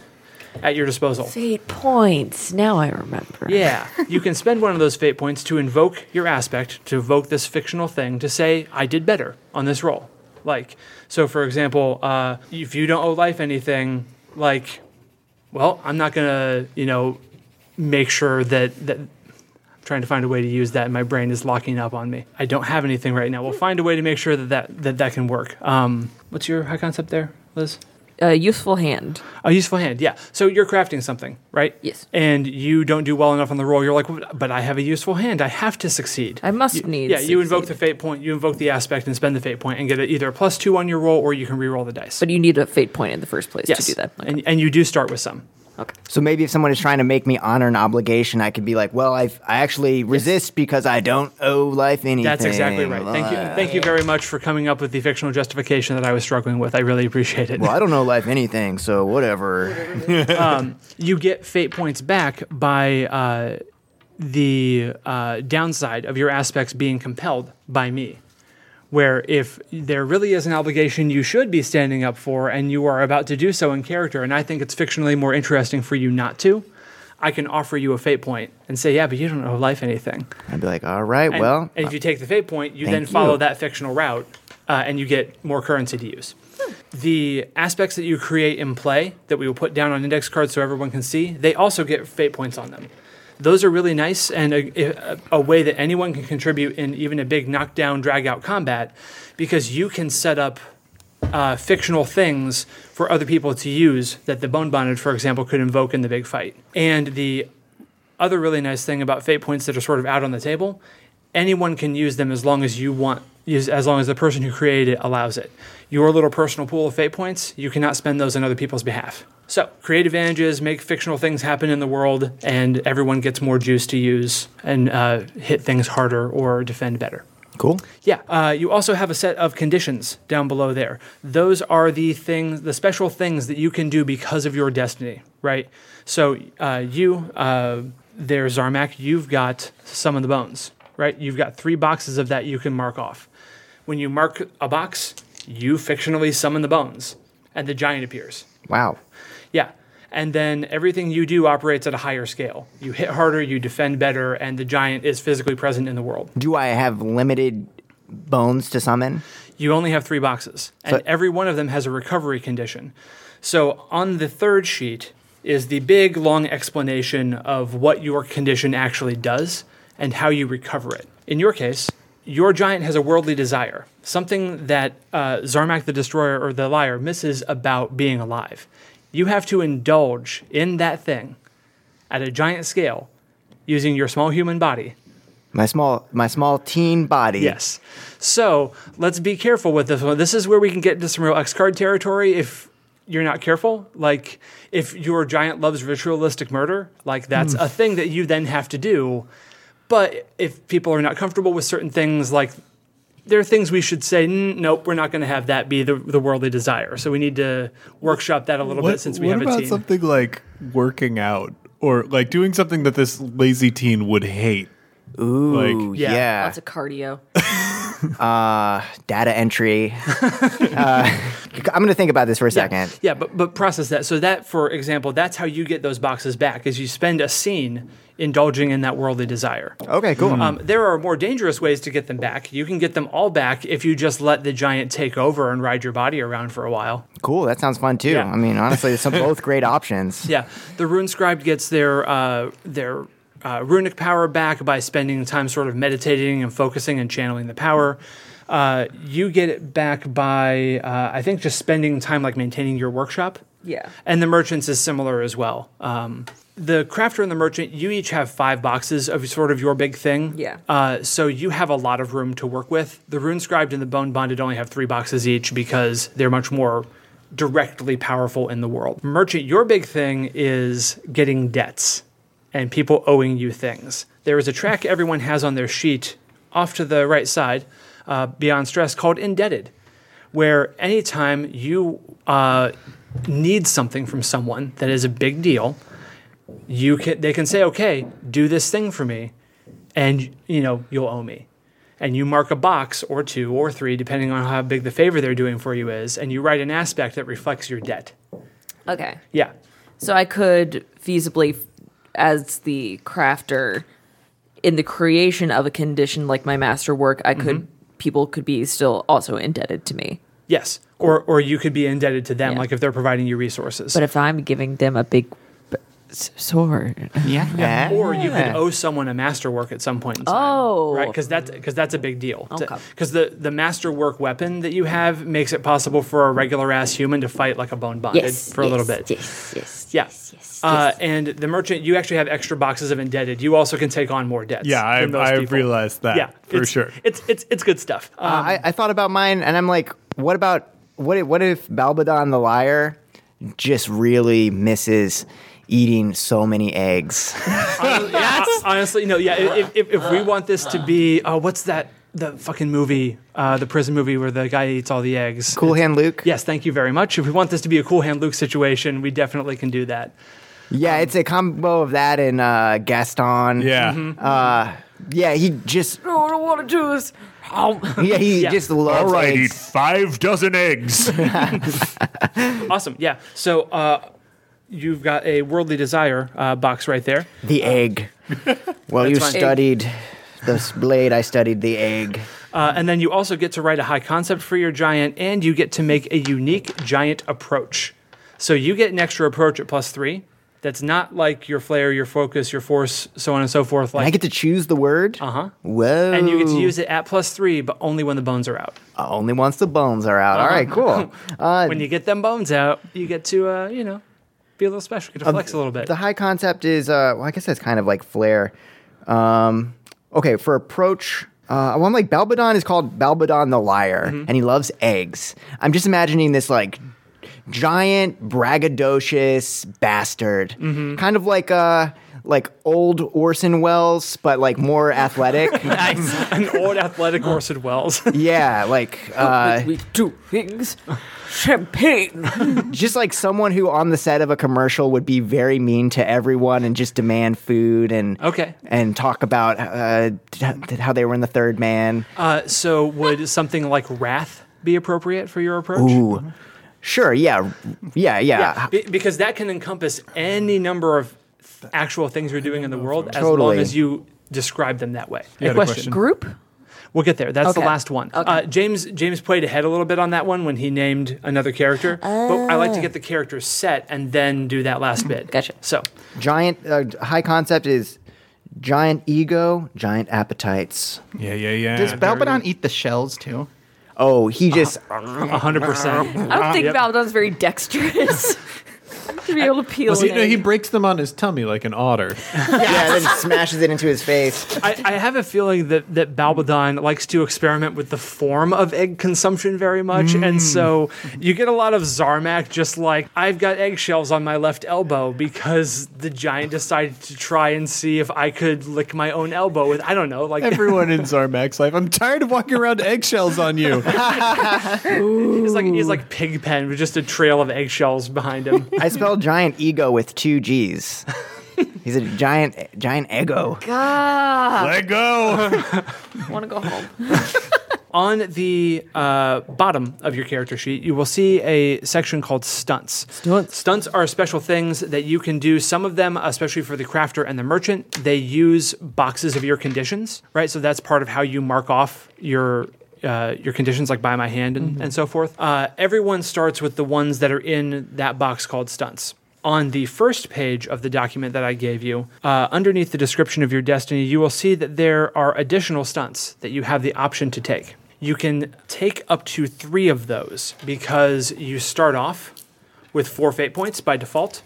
Speaker 6: at your disposal.
Speaker 7: Eight points. Now I remember.
Speaker 6: Yeah, [LAUGHS] you can spend one of those fate points to invoke your aspect, to evoke this fictional thing, to say, I did better on this roll. Like, so for example, uh, if you don't owe life anything, like, well, I'm not gonna, you know, make sure that that I'm trying to find a way to use that. and My brain is locking up on me. I don't have anything right now. We'll find a way to make sure that that that, that can work. Um, what's your high concept there, Liz?
Speaker 7: A useful hand.
Speaker 6: A useful hand, yeah. So you're crafting something, right?
Speaker 7: Yes.
Speaker 6: And you don't do well enough on the roll. You're like, but I have a useful hand. I have to succeed.
Speaker 7: I must
Speaker 6: You-
Speaker 7: needs
Speaker 6: Yeah, you invoke the
Speaker 7: succeed.
Speaker 6: fate point, you invoke the aspect, and spend the fate point, and get either a plus two on your roll, or you can re-roll the dice.
Speaker 7: But you need a fate point in the first place
Speaker 6: yes,
Speaker 7: to do that. Okay.
Speaker 6: and and you do start with some.
Speaker 4: So maybe if someone is trying to make me honor an obligation, I could be like, "Well, I I actually resist because I don't owe life anything."
Speaker 6: That's exactly right. Thank you,
Speaker 4: Uh,
Speaker 6: thank you very much for coming up with the fictional justification that I was struggling with. I really appreciate it.
Speaker 4: Well, I don't owe life anything, so whatever.
Speaker 6: you get fate points back by uh, the uh, downside of your aspects being compelled by me. Where if there really is an obligation you should be standing up for and you are about to do so in character, and I think it's fictionally more interesting for you not to, I can offer you a fate point and say, yeah, but you don't owe life anything.
Speaker 4: I'd be like, "All right,
Speaker 6: And,
Speaker 4: well,
Speaker 6: and if you take the fate point, you then
Speaker 4: thank
Speaker 6: follow
Speaker 4: you.
Speaker 6: that fictional route, uh, and you get more currency to use. The aspects that you create in play that we will put down on index cards so everyone can see, they also get fate points on them. Those are really nice and a, a, a way that anyone can contribute in even a big knockdown, drag out combat because you can set up uh, fictional things for other people to use that the Bone Bonded, for example, could invoke in the big fight. And the other really nice thing about fate points that are sort of out on the table, anyone can use them as long as you want, use, as long as the person who created it allows it. Your little personal pool of fate points, you cannot spend those on other people's behalf. So, create advantages, make fictional things happen in the world, and everyone gets more juice to use and uh, hit things harder or defend better.
Speaker 4: cool."
Speaker 6: Yeah, uh, you also have a set of conditions down below there. Those are the things, the special things that you can do because of your destiny, right? So uh, you, uh, there, Zarmak, you've got some of the bones, right? You've got three boxes of that you can mark off. When you mark a box, you fictionally summon the bones, and the giant appears.
Speaker 4: Wow.
Speaker 6: Yeah. And then everything you do operates at a higher scale. You hit harder, you defend better, and the giant is physically present in the world.
Speaker 4: Do I have limited bones to summon?
Speaker 6: you only have three boxes, and every one of them has a recovery condition. So on the third sheet is the big long explanation of what your condition actually does and how you recover it. In your case, your giant has a worldly desire, something that uh, Zarmak the Destroyer or the Liar misses about being alive. You have to indulge in that thing at a giant scale using your small human body
Speaker 4: My small my small teen body.
Speaker 6: Yes. So let's be careful with this one. This is where we can get into some real X card territory if you're not careful. Like if your giant loves ritualistic murder, like that's
Speaker 2: Hmm.
Speaker 6: a thing that you then have to do. But if people are not comfortable with certain things, like there are things we should say, "Mm, nope, we're not going to have that be the, the worldly desire. So we need to workshop that a little bit since we
Speaker 2: what
Speaker 6: have
Speaker 2: about
Speaker 6: a team.
Speaker 2: something like working out or like doing something that this lazy teen would hate?
Speaker 4: Ooh,
Speaker 2: Like-
Speaker 6: Yeah.
Speaker 4: yeah.
Speaker 7: Lots of cardio.
Speaker 4: Data
Speaker 6: [LAUGHS]
Speaker 4: entry. uh, I'm gonna think about this for a
Speaker 6: Yeah.
Speaker 4: second.
Speaker 6: Yeah, but but process that. So that, for example, that's how you get those boxes back is you spend a scene indulging in that worldly desire.
Speaker 4: Okay, cool.
Speaker 6: Um, there are more dangerous ways to get them back. You can get them all back if you just let the giant take over and ride your body around for a while.
Speaker 4: Cool. That sounds fun too.
Speaker 6: Yeah. [LAUGHS]
Speaker 4: I mean, honestly, it's both great options.
Speaker 6: Yeah, the rune scribe gets their uh, their uh, runic power back by spending time sort of meditating and focusing and channeling the power. Uh, you get it back by, uh, I think, just spending time like maintaining your workshop.
Speaker 7: Yeah.
Speaker 6: And the merchants is similar as well. Um, the crafter and the merchant, you each have five boxes of sort of your big thing.
Speaker 7: Yeah.
Speaker 6: Uh, so you have a lot of room to work with. The rune scribed and the bone bonded only have three boxes each because they're much more directly powerful in the world. Merchant, your big thing is getting debts and people owing you things. There is a track everyone has on their sheet off to the right side, uh, beyond stress, called indebted, where anytime you uh, need something from someone that is a big deal, you can they can say, okay, do this thing for me, and you know you'll owe me. And you mark a box or two or three, depending on how big the favor they're doing for you is, and you write an aspect that reflects your debt.
Speaker 7: Okay.
Speaker 6: Yeah.
Speaker 7: So I could feasibly, as the crafter, in the creation of a condition like my master work, I could people could be still also indebted to me.
Speaker 6: Yes. Or or you could be indebted to them,
Speaker 7: Yeah.
Speaker 6: like if they're providing you resources.
Speaker 7: But if I'm giving them a big b- s- sword,
Speaker 5: Yeah.
Speaker 4: Eh? Yeah.
Speaker 6: or you could owe someone a masterwork at some point in time.
Speaker 7: Oh.
Speaker 6: right, because that's because that's a big deal.
Speaker 7: Okay.
Speaker 6: Because the the masterwork weapon that you have makes it possible for a regular ass human to fight like a bone bonded for a little bit.
Speaker 7: Yes, yes,
Speaker 6: Yeah. uh, And the merchant, you actually have extra boxes of indebted. You also can take on more debts.
Speaker 2: Yeah, I,
Speaker 6: from those
Speaker 2: I
Speaker 6: people.
Speaker 2: realized that
Speaker 6: Yeah,
Speaker 2: for
Speaker 6: it's-
Speaker 2: sure.
Speaker 6: It's it's it's good stuff. Uh,
Speaker 4: Uh, I, I thought about mine, and I'm like, what about what? If, what if Balbadon the liar just really misses eating so many
Speaker 6: [LAUGHS]
Speaker 4: eggs?
Speaker 7: Oh,
Speaker 6: Hon- honestly, no, yeah. If, if, if we want this to be, uh, what's that? The fucking movie, uh, the prison movie where the guy eats all the eggs.
Speaker 4: Cool hand Luke.
Speaker 6: Yes, thank you very much. If we want this to be a cool hand Luke situation, we definitely can do that.
Speaker 4: Yeah, it's a combo of that and uh, Gaston.
Speaker 2: yeah.
Speaker 6: mm-hmm.
Speaker 4: Uh, yeah, he just
Speaker 7: I don't want to do this.
Speaker 4: yeah he
Speaker 6: Yeah.
Speaker 4: just loves eggs.
Speaker 2: five dozen
Speaker 4: [LAUGHS]
Speaker 2: eggs.
Speaker 6: Awesome. Yeah. So uh, you've got a worldly desire uh, box right there.
Speaker 4: The egg. Well, you
Speaker 6: fine.
Speaker 4: studied this blade. I studied the egg.
Speaker 6: Uh, and then you also get to write a high concept for your giant, and you get to make a unique giant approach. So you get an extra approach at plus three. That's not like your flair, your focus, your force, so on and so forth. Like,
Speaker 4: I get to choose the word. Uh huh. Whoa.
Speaker 6: Uh-huh. and you get to use it at plus three, but only when the bones are out.
Speaker 4: only once the bones are
Speaker 6: Uh-huh.
Speaker 4: out. All right,
Speaker 6: [LAUGHS]
Speaker 4: cool. Uh,
Speaker 6: When you get them bones out, you get to uh, you know be a little special, get to flex a little bit.
Speaker 4: Um,
Speaker 6: [LAUGHS]
Speaker 4: the high concept is uh well i guess that's kind of like flair um okay for approach uh well, i'm like balbadon is called balbadon the liar and he loves eggs i'm just imagining this like giant braggadocious bastard kind of like uh like old orson welles but like more athletic
Speaker 6: An old
Speaker 4: [LAUGHS]
Speaker 6: athletic Orson Welles.
Speaker 4: yeah like uh
Speaker 3: we do things. Champagne.
Speaker 4: just like someone who on the set of a commercial would be very mean to everyone and just demand food and
Speaker 6: Okay.
Speaker 4: and talk about uh, t- how they were in the third man.
Speaker 6: Uh, so would something like Wrath be appropriate for your approach?
Speaker 4: Ooh. Sure, yeah, yeah, yeah.
Speaker 6: Yeah, be- because that can encompass any number of th- actual things you're doing in the world as long
Speaker 4: Totally.
Speaker 6: as you describe them that way.
Speaker 2: had a question.
Speaker 7: Group?
Speaker 6: We'll get there. That's the
Speaker 7: Okay.
Speaker 6: last one. Uh, James James played ahead a little bit on that one when he named another character. But I like to get the characters set and then do that last
Speaker 4: Mm-hmm.
Speaker 6: bit.
Speaker 7: Gotcha.
Speaker 6: So
Speaker 4: Giant uh, high concept is giant ego, giant appetites.
Speaker 2: yeah, yeah, yeah.
Speaker 5: Does Balbadon eat the shells too?
Speaker 4: Oh, he just
Speaker 6: 100. percent
Speaker 7: I
Speaker 2: Ah,
Speaker 7: don't think
Speaker 6: Yep.
Speaker 7: Valdon's very
Speaker 2: [LAUGHS]
Speaker 7: dexterous to be able to peel
Speaker 2: Well, see,
Speaker 7: an
Speaker 2: no, he
Speaker 7: egg.
Speaker 2: breaks them on his tummy like an otter.
Speaker 4: yeah, then smashes it into his face.
Speaker 6: I, I have a feeling that that Balbadon likes to experiment with the form of egg consumption very much, and so you get a lot of Zarmak just like I've got eggshells on my left elbow because the giant decided to try and see if I could lick my own elbow with I don't know like
Speaker 2: Everyone in Zarmak's life, I'm tired of walking
Speaker 4: [LAUGHS]
Speaker 2: around eggshells on you.
Speaker 6: he's like he's like Pigpen with just a trail of eggshells behind him.
Speaker 4: I spelled giant ego with two G's. He's a giant, giant ego.
Speaker 2: Let
Speaker 6: [LAUGHS]
Speaker 2: go.
Speaker 7: I want to go home.
Speaker 6: on the uh, bottom of your character sheet, you will see a section called stunts. Stunts. Stunts are special things that you can do. Some of them, especially for the crafter and the merchant, they use boxes of your conditions, right? So that's part of how you mark off your. Uh, your conditions like by my hand and, and so forth. Uh, everyone starts with the ones that are in that box called stunts. on the first page of the document that I gave you, uh, underneath the description of your destiny, you will see that there are additional stunts that you have the option to take. You can take up to three of those because you start off with four fate points by default.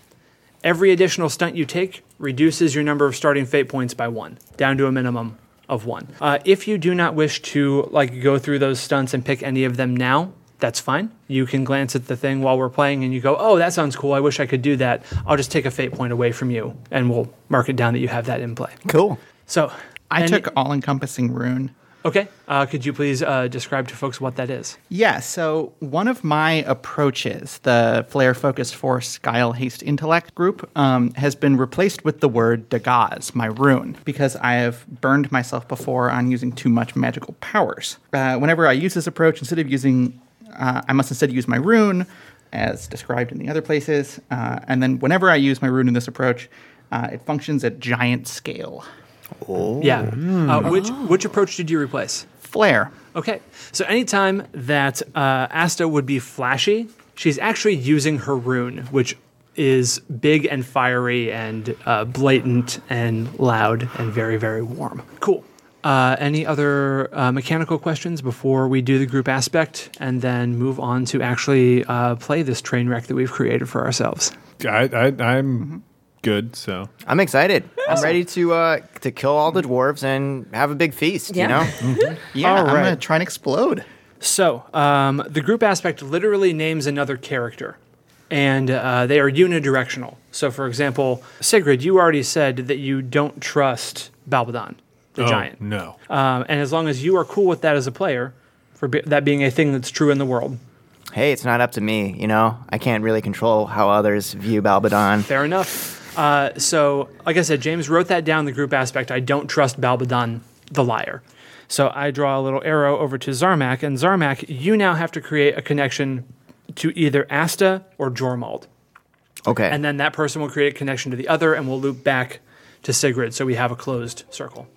Speaker 6: Every additional stunt you take reduces your number of starting fate points by one, down to a minimum of one. Uh, if you do not wish to like go through those stunts and pick any of them now, that's fine. You can glance at the thing while we're playing and you go, "Oh, that sounds cool. I wish I could do that." I'll just take a fate point away from you, and we'll mark it down that you have that in play.
Speaker 4: Cool.
Speaker 6: So
Speaker 5: I
Speaker 6: and-
Speaker 5: took all encompassing rune.
Speaker 6: Okay, uh, could you please uh, describe to folks what that is?
Speaker 5: Yeah, so one of my approaches, the Flare Focused Force Guile Haste Intellect group, um, has been replaced with the word Dagaz, my rune, because I have burned myself before on using too much magical powers. Uh, whenever I use this approach, instead of using, uh, I must instead use my rune, as described in the other places, uh, and then whenever I use my rune in this approach, uh, it functions at giant scale.
Speaker 6: Yeah. Uh, which which approach did you replace?
Speaker 5: Flare.
Speaker 6: Okay. So anytime that uh, Asta would be flashy, she's actually using her rune, which is big and fiery and uh, blatant and loud and very, very warm. Cool. Uh, any other uh, mechanical questions before we do the group aspect and then move on to actually uh, play this train wreck that we've created for ourselves?
Speaker 2: I, I,
Speaker 6: Mm-hmm.
Speaker 2: I'm good. So
Speaker 4: I'm excited. I'm ready to uh, to kill all the dwarves and have a big feast.
Speaker 7: Yeah.
Speaker 4: You know,
Speaker 5: Yeah,
Speaker 6: All
Speaker 5: I'm going to
Speaker 6: right.
Speaker 5: try and explode.
Speaker 6: So, um, the group aspect literally names another character, and uh, they are unidirectional. So, for example, Sigrid, you already said that you don't trust Balbadon, the
Speaker 2: Oh,
Speaker 6: giant.
Speaker 2: No.
Speaker 6: Um, and as long as you are cool with that as a player, for be- that being a thing that's true in the world,
Speaker 4: hey, it's not up to me. You know, I can't really control how others view Balbadon.
Speaker 6: fair enough. Uh, so, like I said, James wrote that down the group aspect. I don't trust Balbadon, the liar. So, I draw a little arrow over to Zarmak, and Zarmak, you now have to create a connection to either Asta or Jormald.
Speaker 4: Okay.
Speaker 6: and then that person will create a connection to the other and we'll loop back to Sigrid so we have a closed circle.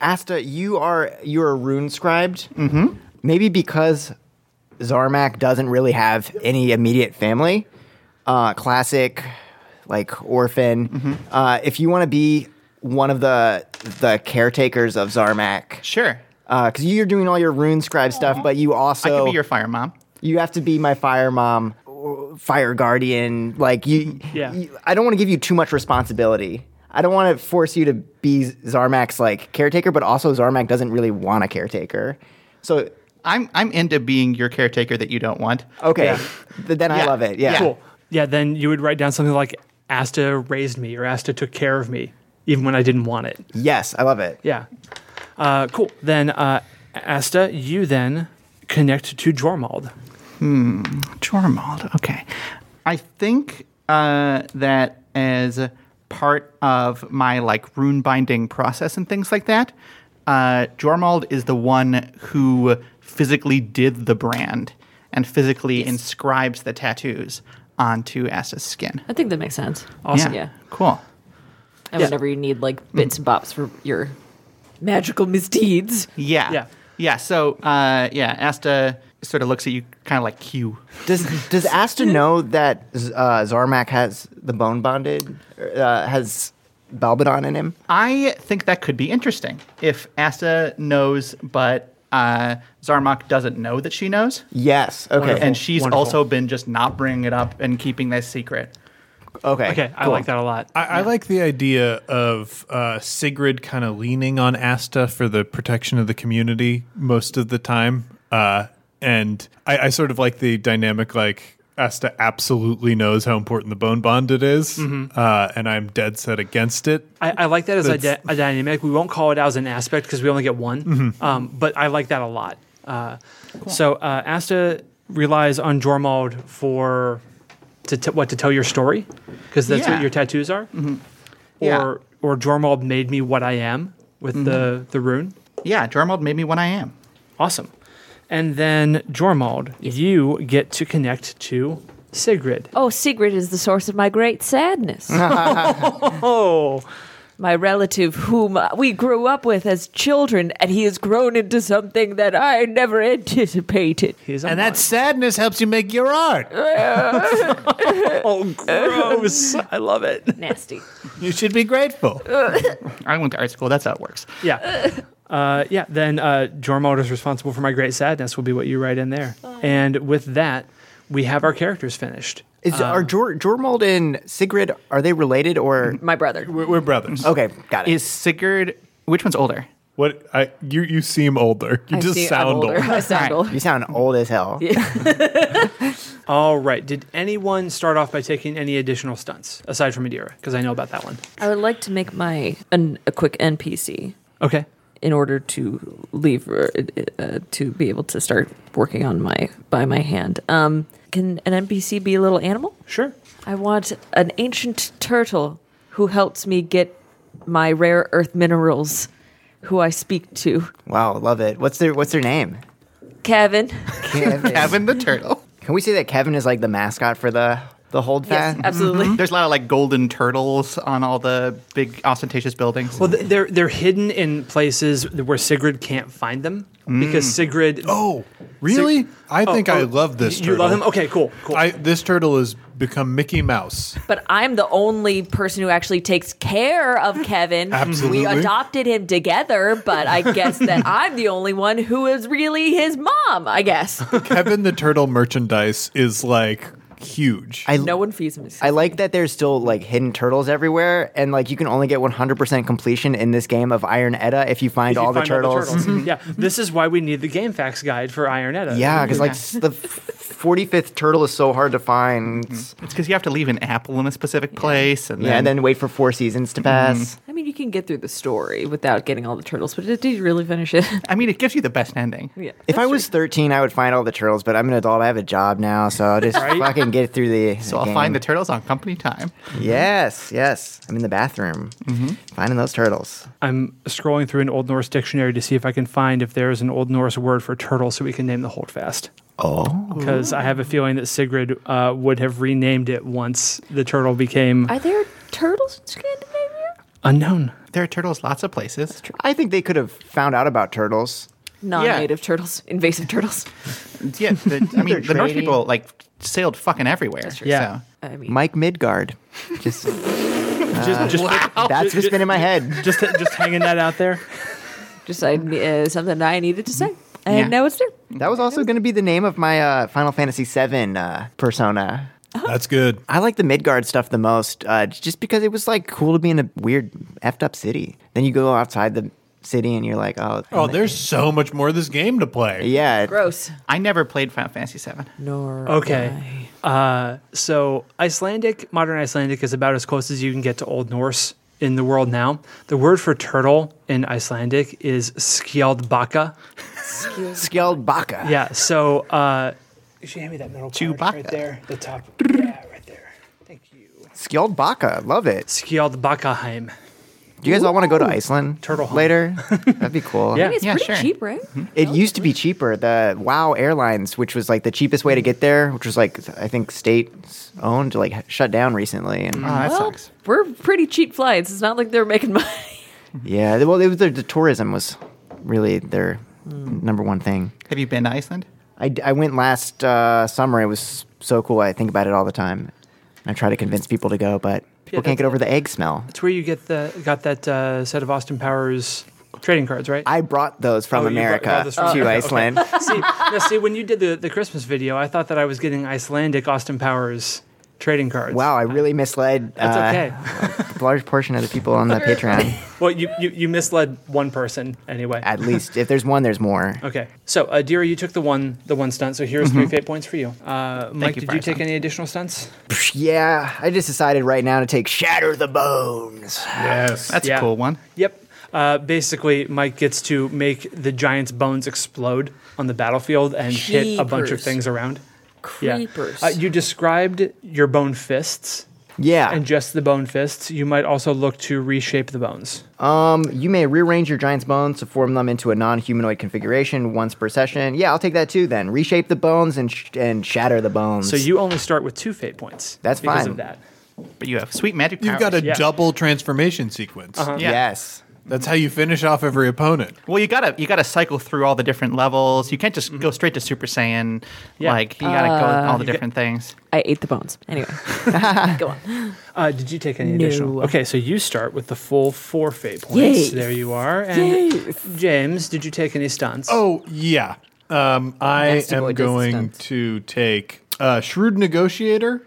Speaker 4: Asta, you are you are rune scribed. Mm-hmm. Maybe because Zarmak doesn't really have any immediate family. Uh, classic, like orphan. Uh, if you want to be one of the the caretakers of Zarmak,
Speaker 5: Sure.
Speaker 4: because you're doing all your rune scribe stuff, but you
Speaker 5: I
Speaker 4: also
Speaker 5: can be your fire mom.
Speaker 4: you have to be my fire mom, or fire guardian. Like you,
Speaker 6: Yeah.
Speaker 4: you- I don't want to give you too much responsibility. I don't want to force you to be Zarmak's like caretaker, but also Zarmak doesn't really want a caretaker. So
Speaker 5: I'm I'm into being your caretaker that you don't want.
Speaker 4: okay, th- then I
Speaker 5: Yeah.
Speaker 4: love it. Yeah,
Speaker 6: Cool. Yeah, then you would write down something like Asta raised me or Asta took care of me even when I didn't want it.
Speaker 4: yes, I love it.
Speaker 6: Yeah. Uh, cool. Then uh, Asta, you then connect to Jormald.
Speaker 5: Jormald. Okay. I think uh, that as part of my like rune binding process and things like that, uh, Jormald is the one who physically did the brand and physically inscribes the tattoos onto Asta's skin.
Speaker 7: [LAUGHS] I think that makes sense.
Speaker 5: Yeah.
Speaker 7: Yeah.
Speaker 5: Cool.
Speaker 7: And whenever you need like bits and bobs for your magical misdeeds.
Speaker 5: Yeah.
Speaker 6: Yeah.
Speaker 5: Yeah. So uh, yeah, Asta sort of looks at you kind of like Q.
Speaker 4: Does does
Speaker 6: [LAUGHS]
Speaker 4: Asta know that Z- uh, Zarmak has the bone bonded uh, has Balbadon in him?
Speaker 5: I think that could be interesting if Asta knows, but uh, Zarmak doesn't know that she knows,
Speaker 4: Yes. Okay.
Speaker 5: and she's
Speaker 6: Wonderful.
Speaker 5: also been just not bringing it up and keeping that secret.
Speaker 4: okay.
Speaker 6: Okay, I like that a lot.
Speaker 2: I, I like the idea of uh, Sigrid kind of leaning on Asta for the protection of the community most of the time, uh, and I, I sort of like the dynamic like Asta absolutely knows how important the bone bond it is, uh, and I'm dead set against it.
Speaker 6: I, I like that as a,
Speaker 2: That's- Mm-hmm.
Speaker 6: di- a dynamic. We won't call it out as an aspect because we only get one. Um, but I like that a lot. Uh, So uh, Asta relies on Jormald for to t- what to tell your story because that's
Speaker 5: Yeah.
Speaker 6: what your tattoos are.
Speaker 2: Mm-hmm.
Speaker 5: Yeah.
Speaker 6: Or or Jormald made me what I am with
Speaker 2: Mm-hmm.
Speaker 6: the the rune.
Speaker 5: Yeah, Jormald made me what I am.
Speaker 6: Awesome. And then Jormald, you get to connect to Sigrid.
Speaker 7: Oh, Sigrid is the source of my great sadness.
Speaker 6: Oh,
Speaker 3: my relative whom we grew up with as children, and he has grown into something that I never anticipated.
Speaker 6: He's a
Speaker 2: And that sadness helps you make your art.
Speaker 6: Oh, [LAUGHS] gross. I love
Speaker 7: [LAUGHS]
Speaker 6: it.
Speaker 7: Nasty.
Speaker 2: You should be grateful.
Speaker 5: I went to art school. That's how it works.
Speaker 6: Yeah. Uh, yeah, then uh, Jormod is responsible for my great sadness will be what you write in there. And with that, we have our characters finished.
Speaker 4: Is are
Speaker 6: Um,
Speaker 4: Jor, Jormold and Sigrid are they related or
Speaker 7: My brother.
Speaker 2: We're, we're brothers.
Speaker 4: okay? Got it.
Speaker 5: Is Sigurd? Which one's older?
Speaker 2: Mm-hmm. What I you you seem older. You
Speaker 7: I
Speaker 2: just
Speaker 7: see- I'm
Speaker 2: sound
Speaker 7: older.
Speaker 2: old.
Speaker 3: [LAUGHS]
Speaker 7: I sound
Speaker 5: All
Speaker 7: old.
Speaker 4: you sound old as hell.
Speaker 6: All right. Did anyone start off by taking any additional stunts aside from Adira? Because I know about that one.
Speaker 7: I would like to make my an, a quick NPC
Speaker 6: Okay.
Speaker 7: in order to leave uh, uh, to be able to start working on my by my hand. Um, can an NPC be a little animal?
Speaker 6: Sure.
Speaker 7: I want an ancient turtle who helps me get my rare earth minerals, who I speak to.
Speaker 4: Wow, love it. What's their What's their name?
Speaker 7: Kevin.
Speaker 4: Kevin.
Speaker 5: Kevin the turtle.
Speaker 4: Can we say that Kevin is like the mascot for the the hold
Speaker 7: Yes,
Speaker 4: fast?
Speaker 7: absolutely.
Speaker 5: There's a lot of like golden turtles on all the big ostentatious buildings.
Speaker 6: Well, th- they're they're hidden in places where Sigrid can't find them because Sigrid.
Speaker 2: Mm. Oh, really? I think I
Speaker 6: oh,
Speaker 2: love this
Speaker 6: You
Speaker 2: turtle.
Speaker 6: love him? Oh. Okay, cool. Cool.
Speaker 2: I, this turtle has become Mickey Mouse.
Speaker 7: But I'm the only person who actually takes care of Kevin.
Speaker 2: Absolutely.
Speaker 7: We adopted him together, but I guess that I'm the only one who is really his mom, I guess.
Speaker 2: Kevin the turtle merchandise is like huge.
Speaker 4: I,
Speaker 7: No one feeds him.
Speaker 4: I like that there's still like hidden turtles everywhere, and like you can only get 100% completion in this game of Iron Edda if you find,
Speaker 6: If you
Speaker 4: all, the
Speaker 6: find all
Speaker 4: turtles.
Speaker 2: Mm-hmm.
Speaker 6: Yeah, this is why we need the game facts guide for Ironetta.
Speaker 4: Yeah, because like s- the f- 45th turtle is so hard to find.
Speaker 5: It's because you have to leave an apple in a specific place, and then,
Speaker 4: Yeah, and then wait for four seasons to pass.
Speaker 7: I mean, you can get through the story without getting all the turtles, but did you really finish it?
Speaker 5: I mean, it gives you the best ending.
Speaker 7: yeah.
Speaker 4: If I was 13, I would find all the turtles, but I'm an adult. I have a job now, so I'll just fucking get through the.
Speaker 5: So I'll find the turtles on company time.
Speaker 4: Mm-hmm. Yes, yes. I'm in the bathroom finding those turtles.
Speaker 6: I'm scrolling through an Old Norse dictionary to see if I can find if there is an Old Norse word for turtle so we can name the holdfast. Oh. Because I have a feeling that Sigrid uh, would have renamed it once the turtle
Speaker 7: [LAUGHS]
Speaker 6: became
Speaker 7: Are there turtles in Scandinavia?
Speaker 6: unknown.
Speaker 5: There are turtles lots of places.
Speaker 4: I think they could have found out about turtles.
Speaker 7: Non-native turtles, invasive turtles.
Speaker 5: Yeah, the, I mean, the Norse
Speaker 4: trading.
Speaker 5: people like sailed fucking everywhere.
Speaker 6: Yeah.
Speaker 5: so.
Speaker 7: I mean,
Speaker 4: Mike Midgard. [LAUGHS] Just
Speaker 6: just, just,
Speaker 4: that's what's been in my head.
Speaker 6: just, just hanging that out there.
Speaker 7: just I, uh, something I needed to say, and
Speaker 5: Yeah.
Speaker 7: now it's there.
Speaker 4: That was also going to be the name of my uh, Final Fantasy VII uh, persona.
Speaker 2: That's good.
Speaker 4: I like the Midgard stuff the most, uh, just because it was like cool to be in a weird effed up city. Then you go outside the city and you're like, oh,
Speaker 2: Oh, there's so much more of this game to play.
Speaker 4: yeah,
Speaker 7: Gross.
Speaker 5: I never played Final Fantasy VII.
Speaker 7: Nor
Speaker 6: Okay. Uh, so Icelandic, modern Icelandic is about as close as you can get to Old Norse in the world now. The word for turtle in Icelandic is skjaldbaka.
Speaker 4: Skjaldbaka.
Speaker 6: Yeah, so uh, you should hand me that metal card
Speaker 5: Chewbacca.
Speaker 6: right there, the top. Yeah, right there. Thank you.
Speaker 4: Skjaldbaka, love it.
Speaker 6: Skjaldbakaheim.
Speaker 4: Do you guys all want to go to Iceland
Speaker 6: Turtle hunt. [LAUGHS]
Speaker 4: later? That'd be cool.
Speaker 6: Yeah.
Speaker 7: It's
Speaker 5: Yeah,
Speaker 7: pretty
Speaker 5: sure.
Speaker 7: cheap, right?
Speaker 4: It used to be cheaper. The WoW Airlines, which was like the cheapest way to get there, which was like I think state owned, like shut down recently. And
Speaker 5: Oh,
Speaker 6: Mm.
Speaker 5: that
Speaker 7: Well,
Speaker 5: sucks.
Speaker 7: we're pretty cheap flights. It's not like they're making money.
Speaker 4: yeah, well, it was their, the tourism was really their
Speaker 6: Mm.
Speaker 4: number one thing.
Speaker 5: Have you been to Iceland?
Speaker 4: I, I went last uh, summer. It was so cool. I think about it all the time. And I try to convince people to go, but people can't get over the egg smell.
Speaker 6: It's where you get the got that uh, set of Austin Powers trading cards, right?
Speaker 4: I brought those from
Speaker 6: Oh, you brought-
Speaker 4: America
Speaker 6: brought this from
Speaker 4: to
Speaker 6: America.
Speaker 4: Iceland.
Speaker 6: see, [LAUGHS] now, see, when you did the, the Christmas video, I thought that I was getting Icelandic Austin Powers trading cards.
Speaker 4: Wow, I really misled
Speaker 6: That's
Speaker 4: uh,
Speaker 6: okay.
Speaker 4: a large portion of the people on the
Speaker 6: [LAUGHS]
Speaker 4: Patreon.
Speaker 6: Well, you, you, you misled one person anyway.
Speaker 4: At least if there's one, there's more.
Speaker 6: Okay, so uh, Dira, you took the one the one stunt. So here's three fate points for you. Uh, Mike,
Speaker 5: you
Speaker 6: did
Speaker 5: for
Speaker 6: you
Speaker 5: our
Speaker 6: take
Speaker 5: stunts.
Speaker 6: any additional stunts?
Speaker 4: Psh, Yeah, I just decided right now to take Shatter the Bones.
Speaker 2: Yes.
Speaker 5: That's
Speaker 6: Yeah.
Speaker 5: a cool one.
Speaker 6: Yep. Uh, basically, Mike gets to make the giant's bones explode on the battlefield and hit a bunch of
Speaker 7: Jeepers.
Speaker 6: things around. Yeah.
Speaker 7: Creepers.
Speaker 6: Uh, you described your bone fists
Speaker 4: Yeah.
Speaker 6: and just the bone fists. You might also look to reshape the bones.
Speaker 4: Um, you may rearrange your giant's bones to form them into a non-humanoid configuration once per session. Yeah, I'll take that too. Then reshape the bones and sh- and shatter the bones.
Speaker 6: So you only start with two fate points.
Speaker 4: That's
Speaker 6: because
Speaker 4: fine.
Speaker 6: of that.
Speaker 5: But you have sweet magic powers.
Speaker 2: You've got a
Speaker 6: Yeah.
Speaker 2: double transformation sequence.
Speaker 5: Yeah.
Speaker 4: Yes.
Speaker 2: That's how you finish off every opponent.
Speaker 5: Well, you gotta you gotta cycle through all the different levels. You can't just go straight to Super Saiyan.
Speaker 6: Mm-hmm. Yeah.
Speaker 5: Like you gotta go with all the different things.
Speaker 7: [LAUGHS] I ate the bones. Anyway, go on.
Speaker 6: Uh, did you take any
Speaker 7: No.
Speaker 6: additional? Okay, so you start with the full four fate points.
Speaker 7: Yes.
Speaker 6: There you are. And James, did you take any stunts?
Speaker 2: Oh yeah, um, I
Speaker 7: Nasty boy
Speaker 2: am
Speaker 7: does the
Speaker 2: going
Speaker 7: stunts.
Speaker 2: to take uh, shrewd negotiator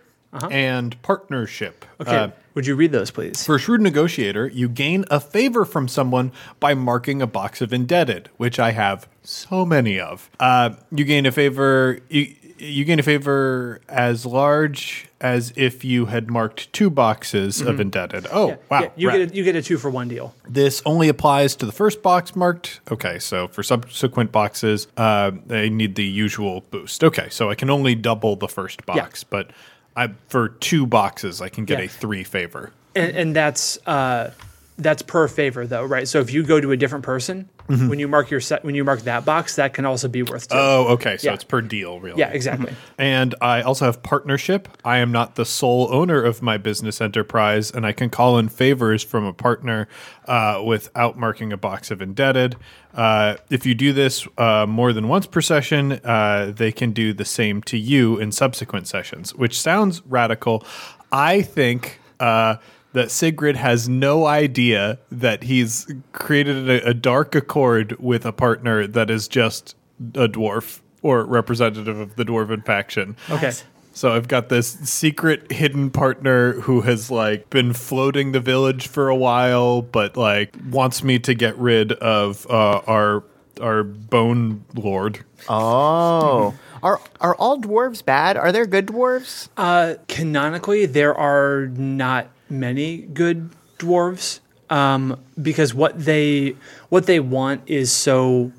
Speaker 2: and partnership.
Speaker 6: okay.
Speaker 2: Uh,
Speaker 6: Would you read those, please?
Speaker 2: for shrewd negotiator, you gain a favor from someone by marking a box of indebted, which I have so many of. Uh, you gain a favor. You, you gain a favor as large as if you had marked two boxes of indebted. Oh wow!
Speaker 6: Mm-hmm. Yeah, you
Speaker 2: rad.
Speaker 6: get a, you get a two for one deal.
Speaker 2: This only applies to the first box marked. Okay, so for subsequent boxes, uh, they need the usual boost. Okay, so I can only double the first box, but I for two boxes I can get
Speaker 6: Yeah.
Speaker 2: a three favor.
Speaker 6: and, and that's uh, that's per favor though, right? So if you go to a different person when you mark your set, when you mark that box, that can also be worth two.
Speaker 2: Oh, Mm-hmm. okay, so
Speaker 6: Yeah.
Speaker 2: it's per deal, really.
Speaker 6: yeah, exactly.
Speaker 2: And I also have partnership. I am not the sole owner of my business enterprise, and I can call in favors from a partner uh, without marking a box of indebted. Uh, if you do this uh, more than once per session, uh, they can do the same to you in subsequent sessions, which sounds radical. I think. Uh, that Sigrid has no idea that he's created a, a dark accord with a partner that is just a dwarf or representative of the dwarven faction.
Speaker 6: Okay.
Speaker 2: So I've got this secret hidden partner who has like been floating the village for a while, but like wants me to get rid of uh, our our bone lord. [LAUGHS]
Speaker 4: Oh. Are are all dwarves bad? Are there good dwarves?
Speaker 6: Uh, canonically, there are not many good dwarves um, because what they what they want is so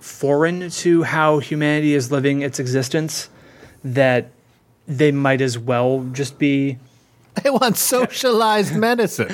Speaker 6: foreign to how humanity is living its existence that they might as well just be
Speaker 2: I want socialized medicine.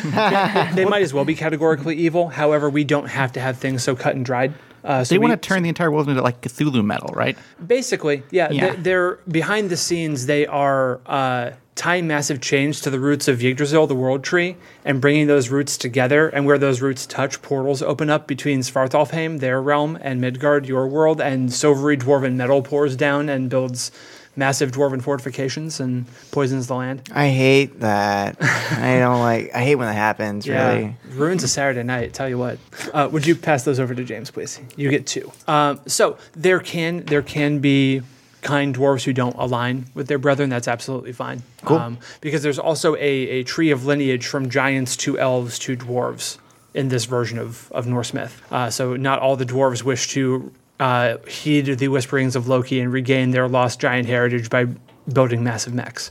Speaker 6: they might as well be categorically evil. However, we don't have to have things so cut and dried. Uh, so
Speaker 5: They
Speaker 6: we-
Speaker 5: want to turn the entire world into like Cthulhu metal, right?
Speaker 6: basically, yeah.
Speaker 5: Yeah.
Speaker 6: They, they're behind the scenes. They are uh, tying massive change to the roots of Yggdrasil, the World Tree, and bringing those roots together. And where those roots touch, portals open up between Svartalfheim, their realm, and Midgard, your world. And silvery dwarven metal pours down and builds massive dwarven fortifications and poisons the land.
Speaker 4: I hate that. I don't like I hate when that happens, really.
Speaker 6: Ruins a Saturday night, tell you what. Uh, would you pass those over to James, please? You get two. Um, so there can there can be kind dwarves who don't align with their brethren. That's absolutely fine. Cool. Um, because there's also a, a tree of lineage from giants to elves to dwarves in this version of, of Norse myth. Uh, so not all the dwarves wish to uh, heed the whisperings of Loki and regain their lost giant heritage by building massive mechs.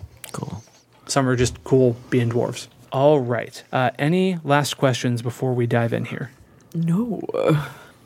Speaker 6: Some are just cool being dwarves. All right. Uh, any last questions before we dive in here?
Speaker 7: No.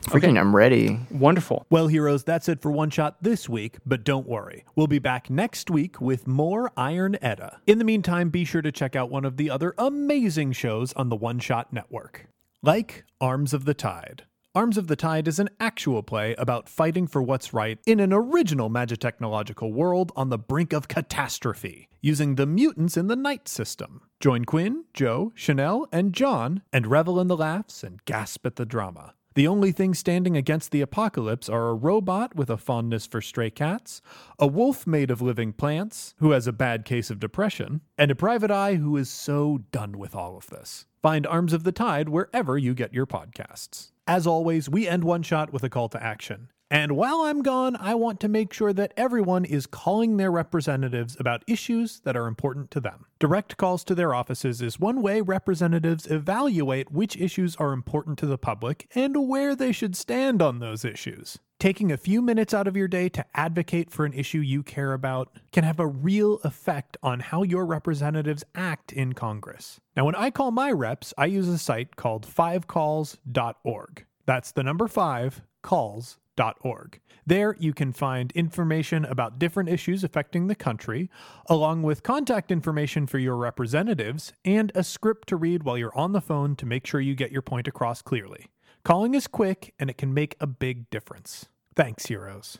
Speaker 4: Freaking I'm ready.
Speaker 6: Wonderful.
Speaker 1: Well, heroes, that's it for One Shot this week, but don't worry. We'll be back next week with more Iron Edda. In the meantime, be sure to check out one of the other amazing shows on the One Shot Network, like Arms of the Tide. Arms of the Tide is an actual play about fighting for what's right in an original magitechnological world on the brink of catastrophe, using the mutants in the night system. Join Quinn, Joe, Chanel, and John, and revel in the laughs and gasp at the drama. The only things standing against the apocalypse are a robot with a fondness for stray cats, a wolf made of living plants who has a bad case of depression, and a private eye who is so done with all of this. Find Arms of the Tide wherever you get your podcasts. As always, we end one shot with a call to action. And while I'm gone, I want to make sure that everyone is calling their representatives about issues that are important to them. Direct calls to their offices is one way representatives evaluate which issues are important to the public and where they should stand on those issues. Taking a few minutes out of your day to advocate for an issue you care about can have a real effect on how your representatives act in Congress. Now, when I call my reps, I use a site called fivecalls.org. That's the number five, calls calls.org. There you can find information about different issues affecting the country, along with contact information for your representatives and a script to read while you're on the phone to make sure you get your point across clearly. Calling is quick and it can make a big difference. Thanks, heroes.